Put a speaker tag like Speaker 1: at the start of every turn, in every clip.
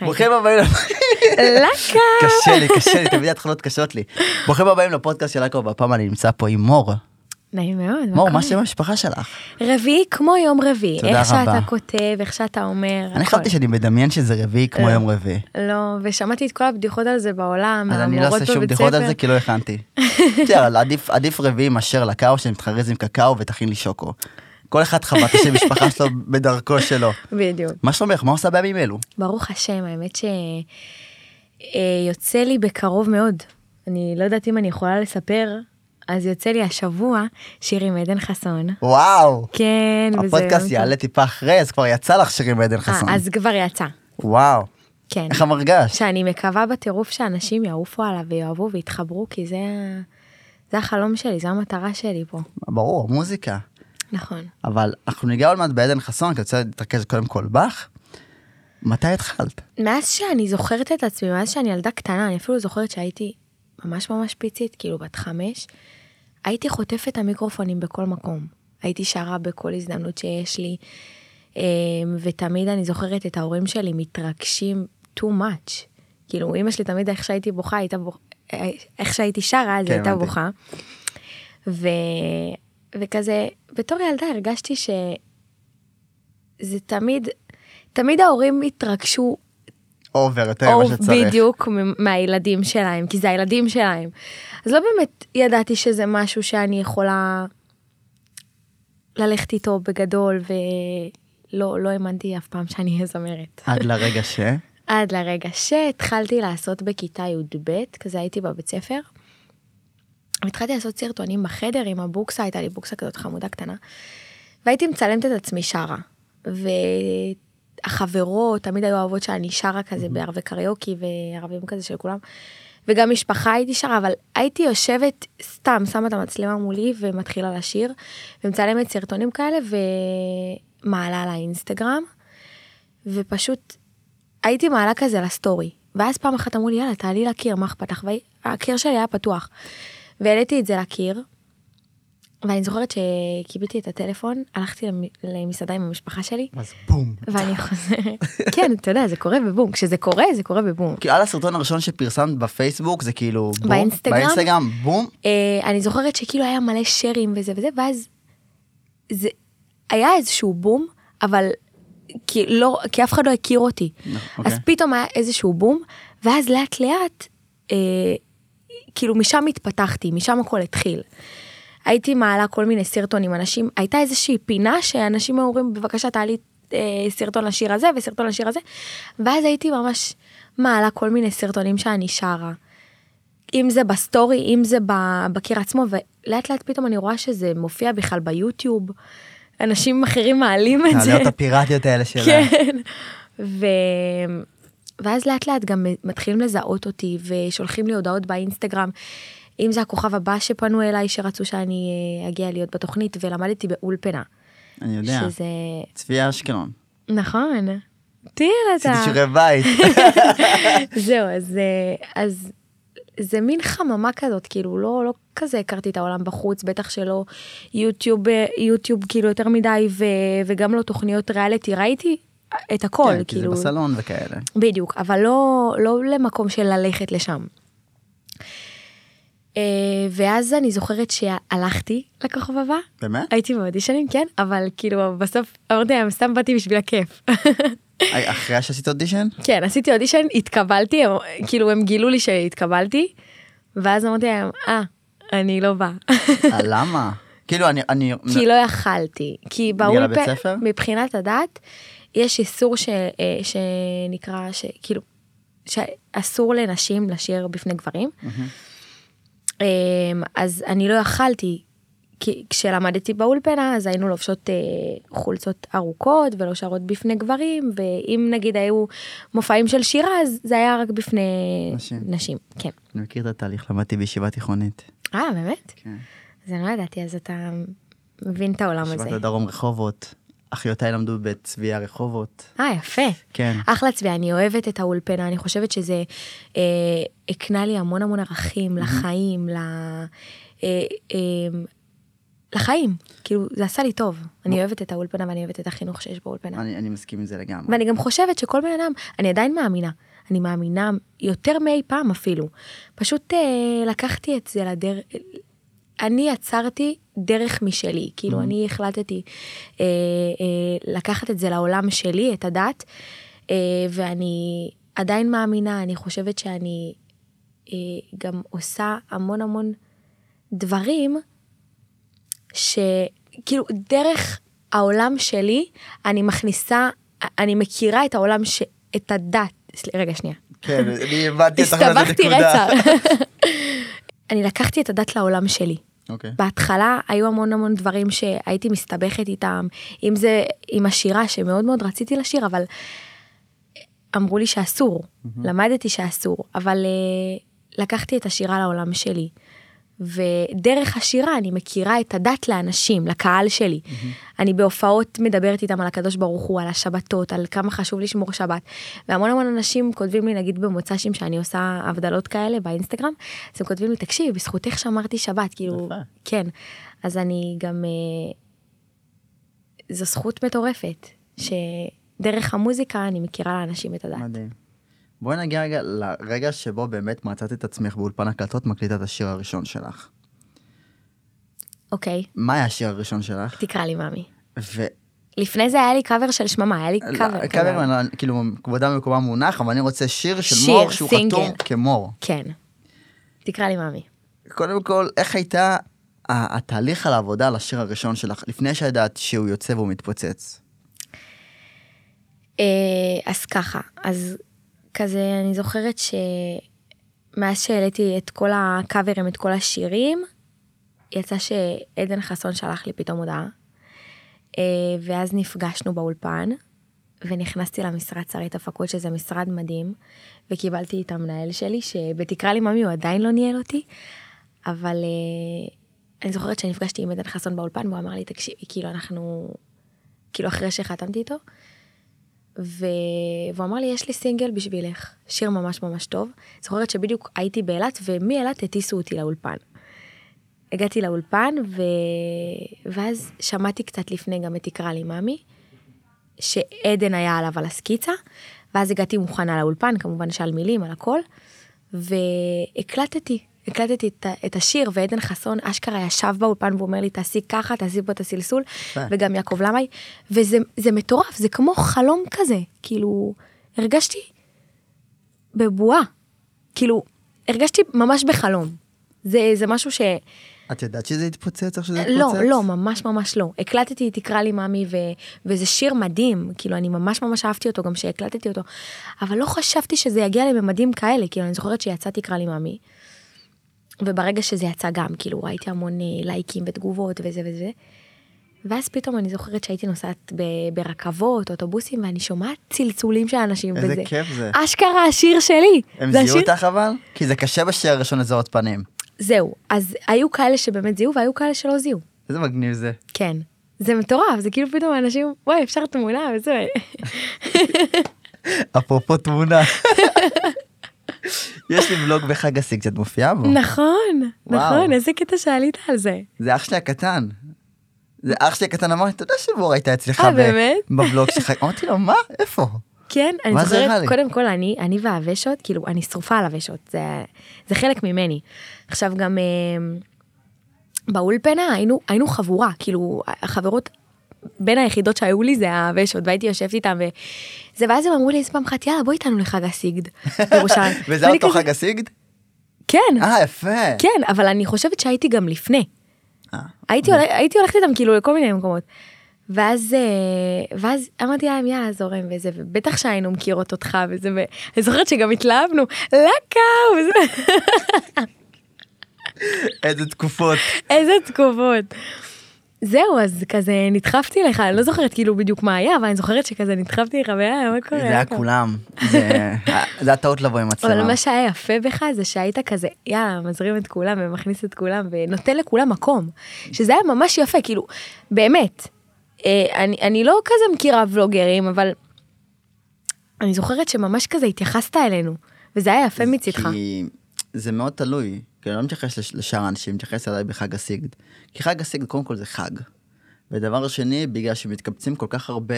Speaker 1: ברוכים הבאים, לפ-
Speaker 2: לקה.
Speaker 1: קשה לי, קשה לי, תמיד התחלות קשות לי. ברוכים הבאים לפודקאסט של עכו, והפעם אני נמצא פה עם מור.
Speaker 2: נעים מאוד. מה
Speaker 1: מור,
Speaker 2: קורה?
Speaker 1: מה שם המשפחה שלך?
Speaker 2: רביעי כמו יום רביעי.
Speaker 1: תודה
Speaker 2: איך שאתה
Speaker 1: רבה.
Speaker 2: כותב, איך שאתה אומר.
Speaker 1: אני
Speaker 2: הכל.
Speaker 1: חשבתי שאני מדמיין שזה רביעי כמו
Speaker 2: לא.
Speaker 1: יום רביעי.
Speaker 2: לא, ושמעתי את כל הבדיחות על זה בעולם,
Speaker 1: אז אני לא
Speaker 2: המורות
Speaker 1: אעשה שום
Speaker 2: בבית
Speaker 1: בדיחות על
Speaker 2: ספר.
Speaker 1: זה כי לא הכנתי. בסדר, אבל עדיף- עדיף רביעי מאשר לקאו שנתחרז עם קקאו ותכין לי שוקו. כל אחד חווה את השם משפחה שלו בדרכו שלו.
Speaker 2: בדיוק.
Speaker 1: מה שלומך? מה עושה בימים אלו?
Speaker 2: ברוך השם, האמת שיוצא לי בקרוב מאוד. אני לא יודעת אם אני יכולה לספר, אז יוצא לי השבוע שיר עם עדן חסון.
Speaker 1: וואו!
Speaker 2: כן, וזה...
Speaker 1: הפודקאסט יעלה טיפה אחרי, אז כבר יצא לך שירים בעדן חסון.
Speaker 2: אה, אז כבר יצא,
Speaker 1: וואו,
Speaker 2: כן.
Speaker 1: איך המרגש?
Speaker 2: שאני מקווה בטירוף שאנשים יעופו עליו ויאהבו ויתחברו, כי זה, ה- זה החלום שלי, זו המטרה שלי פה.
Speaker 1: ברור, מוזיקה.
Speaker 2: נכון.
Speaker 1: אבל אנחנו ניגע עוד מעט בעדן חסון, כי אני רוצה להתרכז קודם כל בך. מתי התחלת?
Speaker 2: מאז שאני זוכרת את עצמי, מאז שאני ילדה קטנה, אני אפילו זוכרת שהייתי ממש ממש פיצית, כאילו בת חמש, הייתי חוטפת המיקרופונים בכל מקום. הייתי שרה בכל הזדמנות שיש לי, אמ, ותמיד אני זוכרת את ההורים שלי מתרגשים too much. כאילו, אימא שלי תמיד איך שהייתי בוכה, הייתה בוכה, איך שהייתי שרה, אז
Speaker 1: כן,
Speaker 2: היא הייתה
Speaker 1: הבנתי.
Speaker 2: בוכה. ו... וכזה, בתור ילדה הרגשתי ש... זה תמיד, תמיד ההורים התרגשו
Speaker 1: אובר יותר
Speaker 2: או
Speaker 1: ממה שצריך.
Speaker 2: בדיוק מ- מהילדים שלהם, כי זה הילדים שלהם. אז לא באמת ידעתי שזה משהו שאני יכולה ללכת איתו בגדול, ולא, לא האמנתי אף פעם שאני אהיה זמרת.
Speaker 1: עד לרגע ש...
Speaker 2: עד לרגע שהתחלתי לעשות בכיתה י"ב, כזה הייתי בבית ספר. התחלתי לעשות סרטונים בחדר עם הבוקסה, הייתה לי בוקסה כזאת חמודה קטנה. והייתי מצלמת את עצמי שרה. והחברות תמיד היו אוהבות שאני שרה כזה בערבי קריוקי וערבים כזה של כולם. וגם משפחה הייתי שרה, אבל הייתי יושבת סתם, שמה את המצלמה מולי ומתחילה לשיר. ומצלמת סרטונים כאלה ומעלה לאינסטגרם. ופשוט הייתי מעלה כזה לסטורי. ואז פעם אחת אמרו לי, יאללה, תעלי לקיר, מה אכפת לך? והקיר שלי היה פתוח. והעליתי את זה לקיר, ואני זוכרת שקיבלתי את הטלפון, הלכתי למ- למסעדה עם המשפחה שלי,
Speaker 1: אז בום.
Speaker 2: ואני חוזרת. כן, אתה יודע, זה קורה בבום. כשזה קורה, זה קורה בבום.
Speaker 1: כאילו על הסרטון הראשון שפרסמת בפייסבוק זה כאילו בום,
Speaker 2: באינסטגרם?
Speaker 1: באינסטגרם בום,
Speaker 2: אה, אני זוכרת שכאילו היה מלא שרים וזה וזה, ואז זה היה איזשהו בום, אבל כי, לא, כי אף אחד לא הכיר אותי.
Speaker 1: נכון,
Speaker 2: אז
Speaker 1: אוקיי.
Speaker 2: פתאום היה איזשהו בום, ואז לאט לאט, אה, כאילו משם התפתחתי, משם הכל התחיל. הייתי מעלה כל מיני סרטונים, אנשים, הייתה איזושהי פינה שאנשים היו אומרים, בבקשה תעלי אה, סרטון לשיר הזה וסרטון לשיר הזה, ואז הייתי ממש מעלה כל מיני סרטונים שאני שרה. אם זה בסטורי, אם זה ב- בקיר עצמו, ולאט לאט פתאום אני רואה שזה מופיע בכלל ביוטיוב. אנשים אחרים מעלים את זה.
Speaker 1: העליות הפיראטיות האלה שלה.
Speaker 2: כן. ו... ואז לאט לאט גם מתחילים לזהות אותי ושולחים לי הודעות באינסטגרם. אם זה הכוכב הבא שפנו אליי שרצו שאני אה, אגיע להיות בתוכנית ולמדתי באולפנה.
Speaker 1: אני יודע,
Speaker 2: שזה...
Speaker 1: צבי אשקלון,
Speaker 2: נכון. תראה
Speaker 1: עשיתי
Speaker 2: אתה.
Speaker 1: שיעורי בית.
Speaker 2: זהו, אז, אה, אז זה מין חממה כזאת, כאילו, לא, לא כזה הכרתי את העולם בחוץ, בטח שלא יוטיוב, אה, יוטיוב כאילו יותר מדי, ו, וגם לא תוכניות ריאליטי, ראיתי את הכל,
Speaker 1: כן, כי זה
Speaker 2: כאילו.
Speaker 1: בסלון וכאלה.
Speaker 2: בדיוק, אבל לא, לא למקום של ללכת לשם. אה, ואז אני זוכרת שהלכתי לכוכב הבא,
Speaker 1: באמת?
Speaker 2: הייתי באודישנים, כן, אבל כאילו בסוף אמרתי להם, סתם באתי בשביל הכיף.
Speaker 1: אה, אחרי שעשית אודישן?
Speaker 2: כן, עשיתי אודישן, התקבלתי, הם, כאילו הם גילו לי שהתקבלתי, ואז אמרתי להם, אה, אני לא באה.
Speaker 1: אה, למה? כאילו אני, אני,
Speaker 2: כי לא יכלתי, כי
Speaker 1: בגלל הבית
Speaker 2: באולפן,
Speaker 1: ספר?
Speaker 2: מבחינת הדת, יש איסור ש, אה, שנקרא, שכאילו, שאסור לנשים לשיר בפני גברים. אה, אז אני לא יכלתי, כי כשלמדתי באולפנה, אז היינו לובשות אה, חולצות ארוכות ולא שרות בפני גברים, ואם נגיד היו מופעים של שירה, אז זה היה רק בפני
Speaker 1: נשים.
Speaker 2: נשים כן.
Speaker 1: אני מכיר את התהליך, למדתי בישיבה תיכונית.
Speaker 2: אה, באמת?
Speaker 1: כן.
Speaker 2: אז אני לא ידעתי, אז אתה מבין את העולם הזה.
Speaker 1: ישיבת הדרום רחובות, אחיותיי למדו בצביה רחובות.
Speaker 2: אה, יפה.
Speaker 1: כן.
Speaker 2: אחלה צביעה, אני אוהבת את האולפנה, אני חושבת שזה אה, הקנה לי המון המון ערכים לחיים, ל... אה, אה, לחיים. כאילו, זה עשה לי טוב. אני אוהבת את האולפנה ואני אוהבת את החינוך שיש באולפנה.
Speaker 1: אני אני מסכים עם זה לגמרי.
Speaker 2: ואני גם חושבת שכל בן אדם, אני עדיין מאמינה. אני מאמינה יותר מאי פעם אפילו. פשוט אה, לקחתי את זה לדרך, אני יצרתי דרך משלי, כאילו
Speaker 1: Mhm.
Speaker 2: אני החלטתי אה, אה, לקחת את זה לעולם שלי, את הדת, אה, ואני עדיין מאמינה, אני חושבת שאני אה, גם עושה המון המון דברים שכאילו דרך העולם שלי אני מכניסה, אני מכירה את העולם, ש... את הדת, סל- רגע שנייה,
Speaker 1: כן, אני הבנתי אותך לאיזה
Speaker 2: הסתבכתי
Speaker 1: נקודה.
Speaker 2: רצח. אני לקחתי את הדת לעולם שלי.
Speaker 1: אוקיי.
Speaker 2: בהתחלה היו המון המון דברים שהייתי מסתבכת איתם, אם זה עם השירה שמאוד מאוד רציתי לשיר, אבל אמרו לי שאסור, למדתי שאסור, אבל אה, לקחתי את השירה לעולם שלי. ודרך השירה אני מכירה את הדת לאנשים, לקהל שלי. אני בהופעות מדברת איתם על הקדוש ברוך הוא, על השבתות, על כמה חשוב לשמור שבת. והמון המון אנשים כותבים לי, נגיד במוצ"שים, שאני עושה הבדלות כאלה באינסטגרם, אז הם כותבים לי, תקשיב, בזכותך שמרתי שבת, כאילו,
Speaker 1: יפה.
Speaker 2: כן. אז אני גם, אה, זו זכות מטורפת, שדרך המוזיקה אני מכירה לאנשים את הדת.
Speaker 1: מדהים. בואי נגיע רגע לרגע שבו באמת מצאת את עצמך באולפן הקלטות מקליטה את השיר הראשון שלך.
Speaker 2: אוקיי,
Speaker 1: מה היה השיר הראשון שלך?
Speaker 2: תקרא לי מאמי.
Speaker 1: ו...
Speaker 2: לפני זה היה לי קאבר של שממה, היה לי
Speaker 1: לא,
Speaker 2: קאבר.
Speaker 1: קאבר,
Speaker 2: כזה.
Speaker 1: אני לא- כאילו, כבודם במקומם מונח, אבל אני רוצה שיר של
Speaker 2: שיר,
Speaker 1: מור שהוא
Speaker 2: סינגל.
Speaker 1: חתום כמור.
Speaker 2: כן. תקרא לי מאמי.
Speaker 1: קודם כל, איך הייתה ה- התהליך על העבודה על השיר הראשון שלך, לפני שידעת שהוא יוצא והוא מתפוצץ?
Speaker 2: אה, אז ככה, אז כזה אני זוכרת שמאז שהעליתי את כל הקאברים, את כל השירים, יצא שעדן חסון שלח לי פתאום הודעה, אה, ואז נפגשנו באולפן, ונכנסתי למשרד שרית הפקות, שזה משרד מדהים, וקיבלתי את המנהל שלי, שבתקרא לי ממי הוא עדיין לא ניהל אותי, אבל אה, אני זוכרת שנפגשתי עם עדן חסון באולפן, והוא אמר לי, תקשיבי, כאילו אנחנו, כאילו אחרי שחתמתי איתו, ו... והוא אמר לי, יש לי סינגל בשבילך, שיר ממש ממש טוב. זוכרת שבדיוק הייתי באילת, ומאילת הטיסו אותי לאולפן. הגעתי לאולפן, ו... ואז שמעתי קצת לפני גם את תקרא לי מאמי, שעדן היה עליו על הסקיצה, ואז הגעתי מוכנה לאולפן, כמובן שעל מילים, על הכל, והקלטתי, הקלטתי את, ה- את השיר, ועדן חסון אשכרה ישב באולפן ואומר לי, תעשי ככה, תעשי פה את הסלסול,
Speaker 1: יפה.
Speaker 2: וגם יעקב למאי, וזה זה מטורף, זה כמו חלום כזה, כאילו, הרגשתי בבועה, כאילו, הרגשתי ממש בחלום. זה, זה משהו ש...
Speaker 1: את ידעת שזה יתפוצץ איך שזה יתפוצץ?
Speaker 2: לא, לא, ממש ממש לא. הקלטתי, תקרא לי מאמי, ו... וזה שיר מדהים, כאילו, אני ממש ממש אהבתי אותו גם שהקלטתי אותו, אבל לא חשבתי שזה יגיע לממדים כאלה, כאילו, אני זוכרת שיצא תקרא לי מאמי, וברגע שזה יצא גם, כאילו, ראיתי המון אה, לייקים ותגובות וזה וזה, ואז פתאום אני זוכרת שהייתי נוסעת ב... ברכבות, אוטובוסים, ואני שומעת צלצולים של אנשים,
Speaker 1: איזה
Speaker 2: וזה
Speaker 1: כיף זה.
Speaker 2: אשכרה השיר שלי.
Speaker 1: הם
Speaker 2: זה
Speaker 1: זיהו
Speaker 2: השיר-
Speaker 1: אותך אבל? כי זה קשה בשיר הראשון לזהות פנים.
Speaker 2: זהו, אז היו כאלה שבאמת זיהו, והיו כאלה שלא זיהו.
Speaker 1: איזה מגניב זה.
Speaker 2: כן. זה מטורף, זה כאילו פתאום אנשים, וואי, אפשר תמונה וזה.
Speaker 1: אפרופו תמונה. יש לי בלוג בחג הסיג שאת מופיעה בו.
Speaker 2: נכון,
Speaker 1: וואו.
Speaker 2: נכון, איזה קטע שעלית על זה.
Speaker 1: זה אח שלי הקטן. זה אח שלי הקטן אמר לי, אתה יודע שמור הייתה אצלך
Speaker 2: אה,
Speaker 1: ב-
Speaker 2: באמת?
Speaker 1: בבלוג שלך. אמרתי לו, מה? איפה?
Speaker 2: כן, אני
Speaker 1: מה זה רע לי?
Speaker 2: זוכרת, קודם כל אני, אני והוושת, כאילו, אני שרופה על הוושת, זה, זה חלק ממני. עכשיו גם אה, באולפנה היינו, היינו חבורה, כאילו, החברות בין היחידות שהיו לי זה הוושת, והייתי יושבת איתם, וזה, ואז הם אמרו לי איזה פעם אחת, יאללה, בוא איתנו לחג הסיגד. בירושלים."
Speaker 1: וזה
Speaker 2: ואני
Speaker 1: אותו
Speaker 2: כזה,
Speaker 1: חג הסיגד?
Speaker 2: כן.
Speaker 1: אה, יפה.
Speaker 2: כן, אבל אני חושבת שהייתי גם לפני.
Speaker 1: אה.
Speaker 2: הייתי, הולכ... הייתי הולכת איתם כאילו לכל מיני מקומות. ואז, אה, ואז אמרתי להם יאללה זורם וזה, ובטח שהיינו מכירות אותך וזה, ואני זוכרת שגם התלהבנו, לקה, וזה,
Speaker 1: איזה תקופות.
Speaker 2: איזה תגובות. זהו, אז כזה נדחפתי לך, אני לא זוכרת כאילו בדיוק מה היה, אבל אני זוכרת שכזה נדחפתי לך, ויאללה, מה קורה?
Speaker 1: זה היה
Speaker 2: לקה?"
Speaker 1: כולם. זה- זה הטעות לבוא עם
Speaker 2: אה, אבל
Speaker 1: מצלמה.
Speaker 2: מה שהיה יפה בך זה שהיית כזה, יאללה, מזרים את כולם ומכניס את כולם ונותן לכולם מקום. שזה היה ממש יפה, כאילו, באמת. אה, אני, אני לא כזה מכירה ולוגרים, אבל אני זוכרת שממש כזה התייחסת אלינו, וזה היה יפה מצידך.
Speaker 1: כי זה מאוד תלוי, כי אני לא מתייחס לש- לשאר האנשים, מתייחס אליי בחג הסיגד. כי חג הסיגד קודם כל זה חג. ודבר שני, בגלל שמתקבצים כל כך הרבה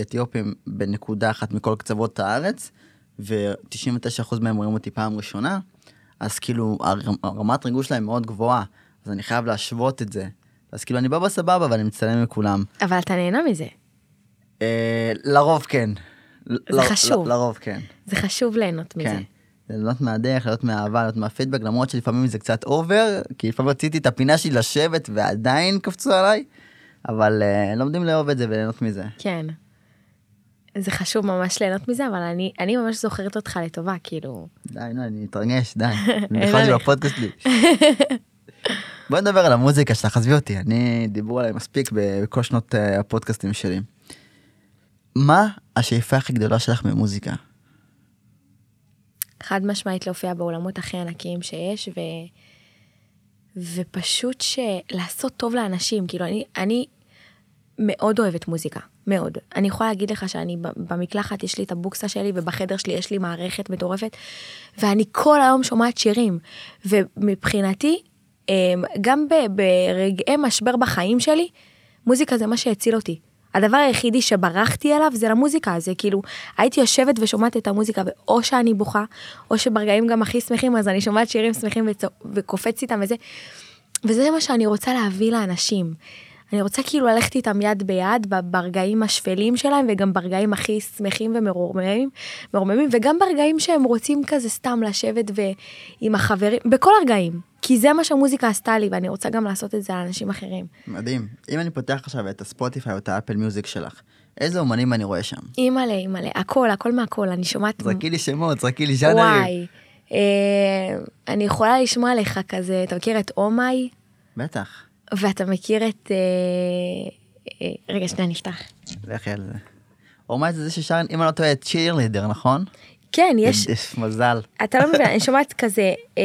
Speaker 1: אתיופים בנקודה אחת מכל קצוות הארץ, ו-99% מהם רואים אותי פעם ראשונה, אז כאילו הר- הרמת ריגוש שלהם מאוד גבוהה, אז אני חייב להשוות את זה. אז כאילו אני בא בסבבה ואני מצלם עם כולם.
Speaker 2: אבל אתה נהנה מזה.
Speaker 1: אה, לרוב כן. ל-
Speaker 2: חשוב.
Speaker 1: ל- לרוב כן.
Speaker 2: זה חשוב ליהנות מזה.
Speaker 1: כן. ליהנות מהדרך, ליהנות מהאהבה, ליהנות מהפידבק, למרות שלפעמים זה קצת אובר, כי לפעמים רציתי את הפינה שלי לשבת ועדיין קפצו עליי, אבל uh, לומדים לאהוב את זה וליהנות מזה.
Speaker 2: כן. זה חשוב ממש ליהנות מזה, אבל אני, אני ממש זוכרת אותך לטובה, כאילו...
Speaker 1: די, נו, אני מתרגש, די.
Speaker 2: אין
Speaker 1: אני בכלל
Speaker 2: עליך.
Speaker 1: בפודקאסט שלי. בוא נדבר על המוזיקה שלך, עזבי אותי, אני, דיברו עליי מספיק בכל שנות אה, הפודקאסטים שלי. מה השאיפה הכי גדולה שלך ממוזיקה?
Speaker 2: חד משמעית להופיע באולמות הכי ענקיים שיש, ו... ופשוט שלעשות טוב לאנשים, כאילו אני, אני מאוד אוהבת מוזיקה, מאוד. אני יכולה להגיד לך שאני ב- במקלחת יש לי את הבוקסה שלי ובחדר שלי יש לי מערכת מטורפת, ואני כל היום שומעת שירים, ומבחינתי, אמ, גם ב- ברגעי משבר בחיים שלי, מוזיקה זה מה שהציל אותי. הדבר היחידי שברחתי אליו זה למוזיקה, זה כאילו, הייתי יושבת ושומעת את המוזיקה, ואו שאני בוכה, או שברגעים גם הכי שמחים, אז אני שומעת שירים שמחים וצו- וקופצת איתם וזה. וזה מה שאני רוצה להביא לאנשים. אני רוצה כאילו ללכת איתם יד ביד ב- ברגעים השפלים שלהם וגם ברגעים הכי שמחים ומרוממים, מרוממים, וגם ברגעים שהם רוצים כזה סתם לשבת ועם החברים, בכל הרגעים. כי זה מה שהמוזיקה עשתה לי ואני רוצה גם לעשות את זה לאנשים אחרים.
Speaker 1: מדהים. אם אני פותח עכשיו את הספוטיפיי או את האפל מיוזיק שלך, איזה אומנים אני רואה שם?
Speaker 2: אימא'לה, אימא'לה, הכל, הכל מהכל, אני שומעת...
Speaker 1: זרקי לי שמות, זרקי לי ז'אנרים.
Speaker 2: וואי. אה, אני יכולה לשמוע לך כזה, אתה מכיר את אומיי?
Speaker 1: בטח,
Speaker 2: ואתה מכיר את... אה, אה, רגע, שנייה, נפתח.
Speaker 1: לכי על זה. אורמאי זה זה ששר, אם אני לא טועה, צ'ירלידר, נכון?
Speaker 2: כן, יש...
Speaker 1: יש מזל.
Speaker 2: אתה לא מבין, אני שומעת כזה, אה,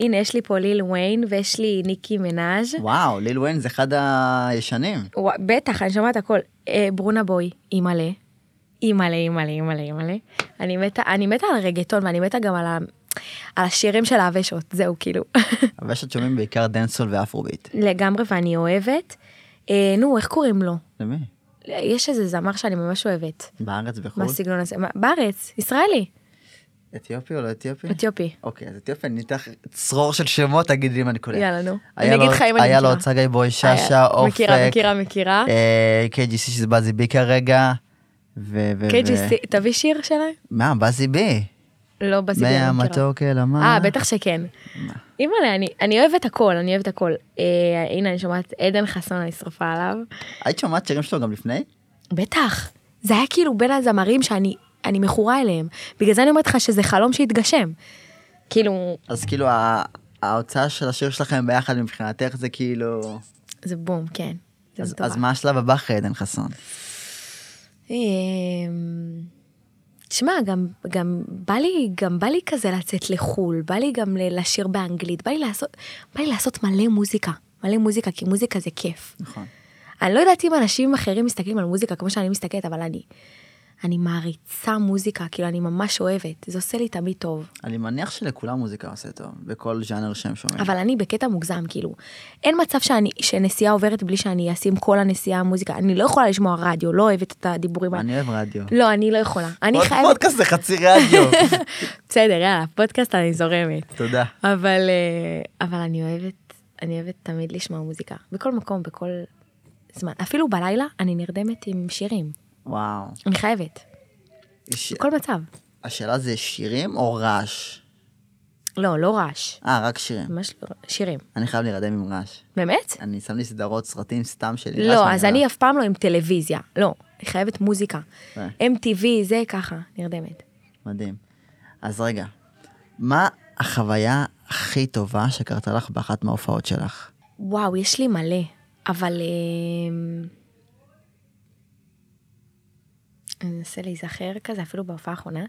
Speaker 2: הנה, יש לי פה ליל ויין ויש לי ניקי מנאז'.
Speaker 1: וואו, ליל וויין זה אחד הישנים.
Speaker 2: וואי, בטח, אני שומעת הכל. אה, ברונה בוי, אימא'לה. אימא'לה, אימא'לה, אימא'לה, אימא'לה. אני מתה, אני מתה על רגטון ואני מתה גם על, ה, על השירים של העבשות, זהו, כאילו.
Speaker 1: אבל יש עוד שומעים בעיקר דנסול ואפרוביט.
Speaker 2: לגמרי, ואני אוהבת. אה, נו, איך קוראים לו?
Speaker 1: למי?
Speaker 2: יש איזה זמר שאני ממש אוהבת.
Speaker 1: בארץ, בחו"ל?
Speaker 2: מהסגנון הזה. מה- בארץ, ישראלי,
Speaker 1: אתיופי או לא אתיופי?
Speaker 2: אתיופי.
Speaker 1: אוקיי, אז אתיופי, אני אתן לך צרור של שמות, תגיד לי אם אני קולט.
Speaker 2: יאללה, נו.
Speaker 1: היה
Speaker 2: אני אגיד
Speaker 1: לו-
Speaker 2: לך אם אני
Speaker 1: היה לו
Speaker 2: מכירה.
Speaker 1: עוד סגי בוי, שאשא,
Speaker 2: היה-
Speaker 1: אופק.
Speaker 2: אה, מכירה, מכירה, מכירה.
Speaker 1: אה, KGC שזה בזי בי כרגע. ו... ו- ו-
Speaker 2: KGC, תביא שיר שלהם?
Speaker 1: מה, בזי בי.
Speaker 2: לא, בסיגנון.
Speaker 1: מהמתוק אל המה.
Speaker 2: אה, בטח שכן. אימא'לה, אני- אני אוהבת הכל, אני אוהבת הכל. אה, הנה, אני שומעת עדן חסון, אני שרופה עליו.
Speaker 1: היית שומעת שירים שלו גם לפני?
Speaker 2: בטח. זה היה כאילו בין הזמרים שאני אני מכורה אליהם. בגלל זה אני אומרת לך שזה חלום שהתגשם. כאילו,
Speaker 1: אז כאילו ה- ההוצאה של השיר שלכם ביחד מבחינתך זה כאילו...
Speaker 2: זה בום, כן. זה
Speaker 1: אז,
Speaker 2: מטורף.
Speaker 1: אז מה השלב הבא אחרי עדן חסון?
Speaker 2: אמ, תשמע, גם, גם, בא לי, גם בא לי כזה לצאת לחו"ל, בא לי גם ל- לשיר באנגלית, בא לי, לעשות, בא לי לעשות מלא מוזיקה, מלא מוזיקה, כי מוזיקה זה כיף.
Speaker 1: נכון.
Speaker 2: אני לא יודעת אם אנשים אחרים מסתכלים על מוזיקה כמו שאני מסתכלת, אבל אני, אני מעריצה מוזיקה, כאילו אני ממש אוהבת, זה עושה לי תמיד טוב.
Speaker 1: אני מניח שלכולם מוזיקה עושה טוב, בכל ז'אנר שהם שומעים.
Speaker 2: אבל אני בקטע מוגזם, כאילו, אין מצב שאני, שנסיעה עוברת בלי שאני אשים כל הנסיעה מוזיקה, אני לא יכולה לשמוע רדיו, לא אוהבת את הדיבורים האלה.
Speaker 1: אני אוהב רדיו.
Speaker 2: לא, אני לא יכולה. אני
Speaker 1: עוד
Speaker 2: חייבת...
Speaker 1: פודקאסט זה חצי רדיו.
Speaker 2: בסדר, יאללה, פודקאסט אני זורמת.
Speaker 1: תודה.
Speaker 2: אבל, אה, אבל אני אוהבת, אני אוהבת תמיד לשמוע מוזיקה. בכל מקום, בכל זמן. אפילו בלילה אני נרדמת עם שירים.
Speaker 1: וואו.
Speaker 2: אני חייבת.
Speaker 1: ש...
Speaker 2: בכל מצב.
Speaker 1: השאלה זה שירים או רעש?
Speaker 2: לא, לא רעש.
Speaker 1: אה, רק שירים.
Speaker 2: ממש לא, שירים.
Speaker 1: אני חייב להירדם עם רעש.
Speaker 2: באמת?
Speaker 1: אני שם לי סדרות, סרטים סתם שלי.
Speaker 2: לא, אז אני אף פעם לא עם טלוויזיה. לא, אני חייבת מוזיקה.
Speaker 1: אה.
Speaker 2: MTV, זה ככה, נרדמת.
Speaker 1: מדהים. אז רגע, מה החוויה הכי טובה שקרתה לך באחת מההופעות שלך?
Speaker 2: וואו, יש לי מלא, אבל... אמ, אני אנסה להיזכר כזה, אפילו בהופעה האחרונה.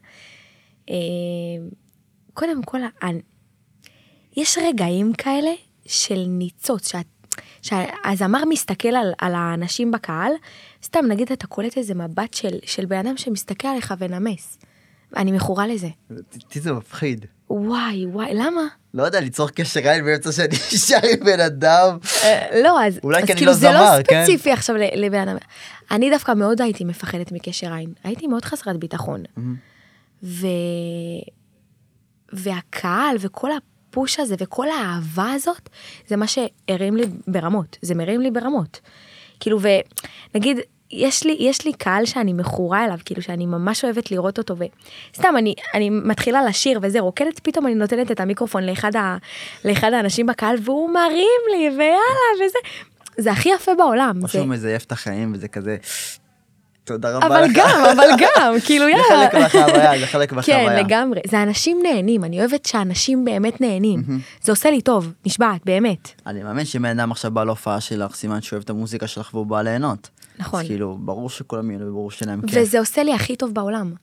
Speaker 2: אמ, קודם כל, אני- יש רגעים כאלה של ניצוץ, שאת... שהזמר מסתכל על, על האנשים בקהל, סתם נגיד אתה קולט איזה מבט של, של בן אדם שמסתכל עליך ונמס. אני מכורה לזה.
Speaker 1: אותי זה מפחיד.
Speaker 2: וואי, וואי, למה?
Speaker 1: לא יודע, ליצור קשר עין באמצע שאני אישה עם בן אדם.
Speaker 2: אה, לא, אז,
Speaker 1: אולי
Speaker 2: אז
Speaker 1: כי אני
Speaker 2: כאילו
Speaker 1: לא
Speaker 2: זה
Speaker 1: זמר,
Speaker 2: לא
Speaker 1: כן?
Speaker 2: ספציפי עכשיו ל- לבן אדם. אני דווקא מאוד הייתי מפחדת מקשר עין. הייתי מאוד חסרת ביטחון. ו... והקהל וכל הפוש הזה וכל האהבה הזאת, זה מה שהרים לי ברמות. זה מרים לי ברמות. כאילו, ונגיד, יש לי, יש לי קהל שאני מכורה אליו, כאילו שאני ממש אוהבת לראות אותו, וסתם, אני, אני מתחילה לשיר וזה, רוקדת, פתאום אני נותנת את המיקרופון לאחד, ה, לאחד האנשים בקהל, והוא מרים לי, ויאללה, וזה. זה הכי יפה בעולם. זה...
Speaker 1: משהו מזייף את החיים וזה כזה, תודה רבה לך.
Speaker 2: אבל גם, אבל גם, כאילו
Speaker 1: זה
Speaker 2: יאללה.
Speaker 1: חלק מהחוויה, זה חלק
Speaker 2: כן,
Speaker 1: מהחוויה.
Speaker 2: לגמרי. זה אנשים נהנים, אני אוהבת שאנשים באמת נהנים. זה עושה לי טוב, נשבעת, באמת.
Speaker 1: אני מאמין שאם בן אדם עכשיו בא להופעה שלך, סימן שהוא אוהב את המוזיקה שלך והוא בא ליהנות.
Speaker 2: נכון.
Speaker 1: אז כאילו, ברור שכולם יהיו, ברור שלהם כיף.
Speaker 2: וזה עושה לי הכי טוב בעולם.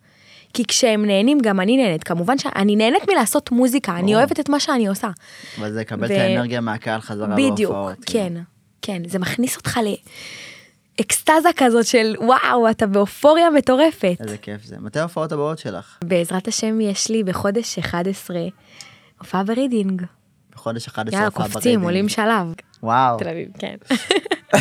Speaker 2: כי כשהם נהנים, גם אני נהנית. כמובן שאני נהנית מלעשות מוזיקה, אני
Speaker 1: ברור.
Speaker 2: אוהבת את מה שאני עושה.
Speaker 1: אבל זה יקבל את
Speaker 2: ו-
Speaker 1: האנרגיה מהקהל חזרה בהופעות.
Speaker 2: בדיוק,
Speaker 1: כאילו.
Speaker 2: כן, כן, זה מכניס אותך לאקסטזה כזאת של וואו, אתה באופוריה מטורפת.
Speaker 1: איזה כיף זה. מתי ההופעות הבאות שלך?
Speaker 2: בעזרת השם יש לי בחודש 11 הופעה ברידינג.
Speaker 1: בחודש 11
Speaker 2: יאללה,
Speaker 1: הופעה
Speaker 2: קופצים,
Speaker 1: ברדינג.
Speaker 2: עולים שלב.
Speaker 1: וואו,
Speaker 2: תל אביב, כן.
Speaker 1: זה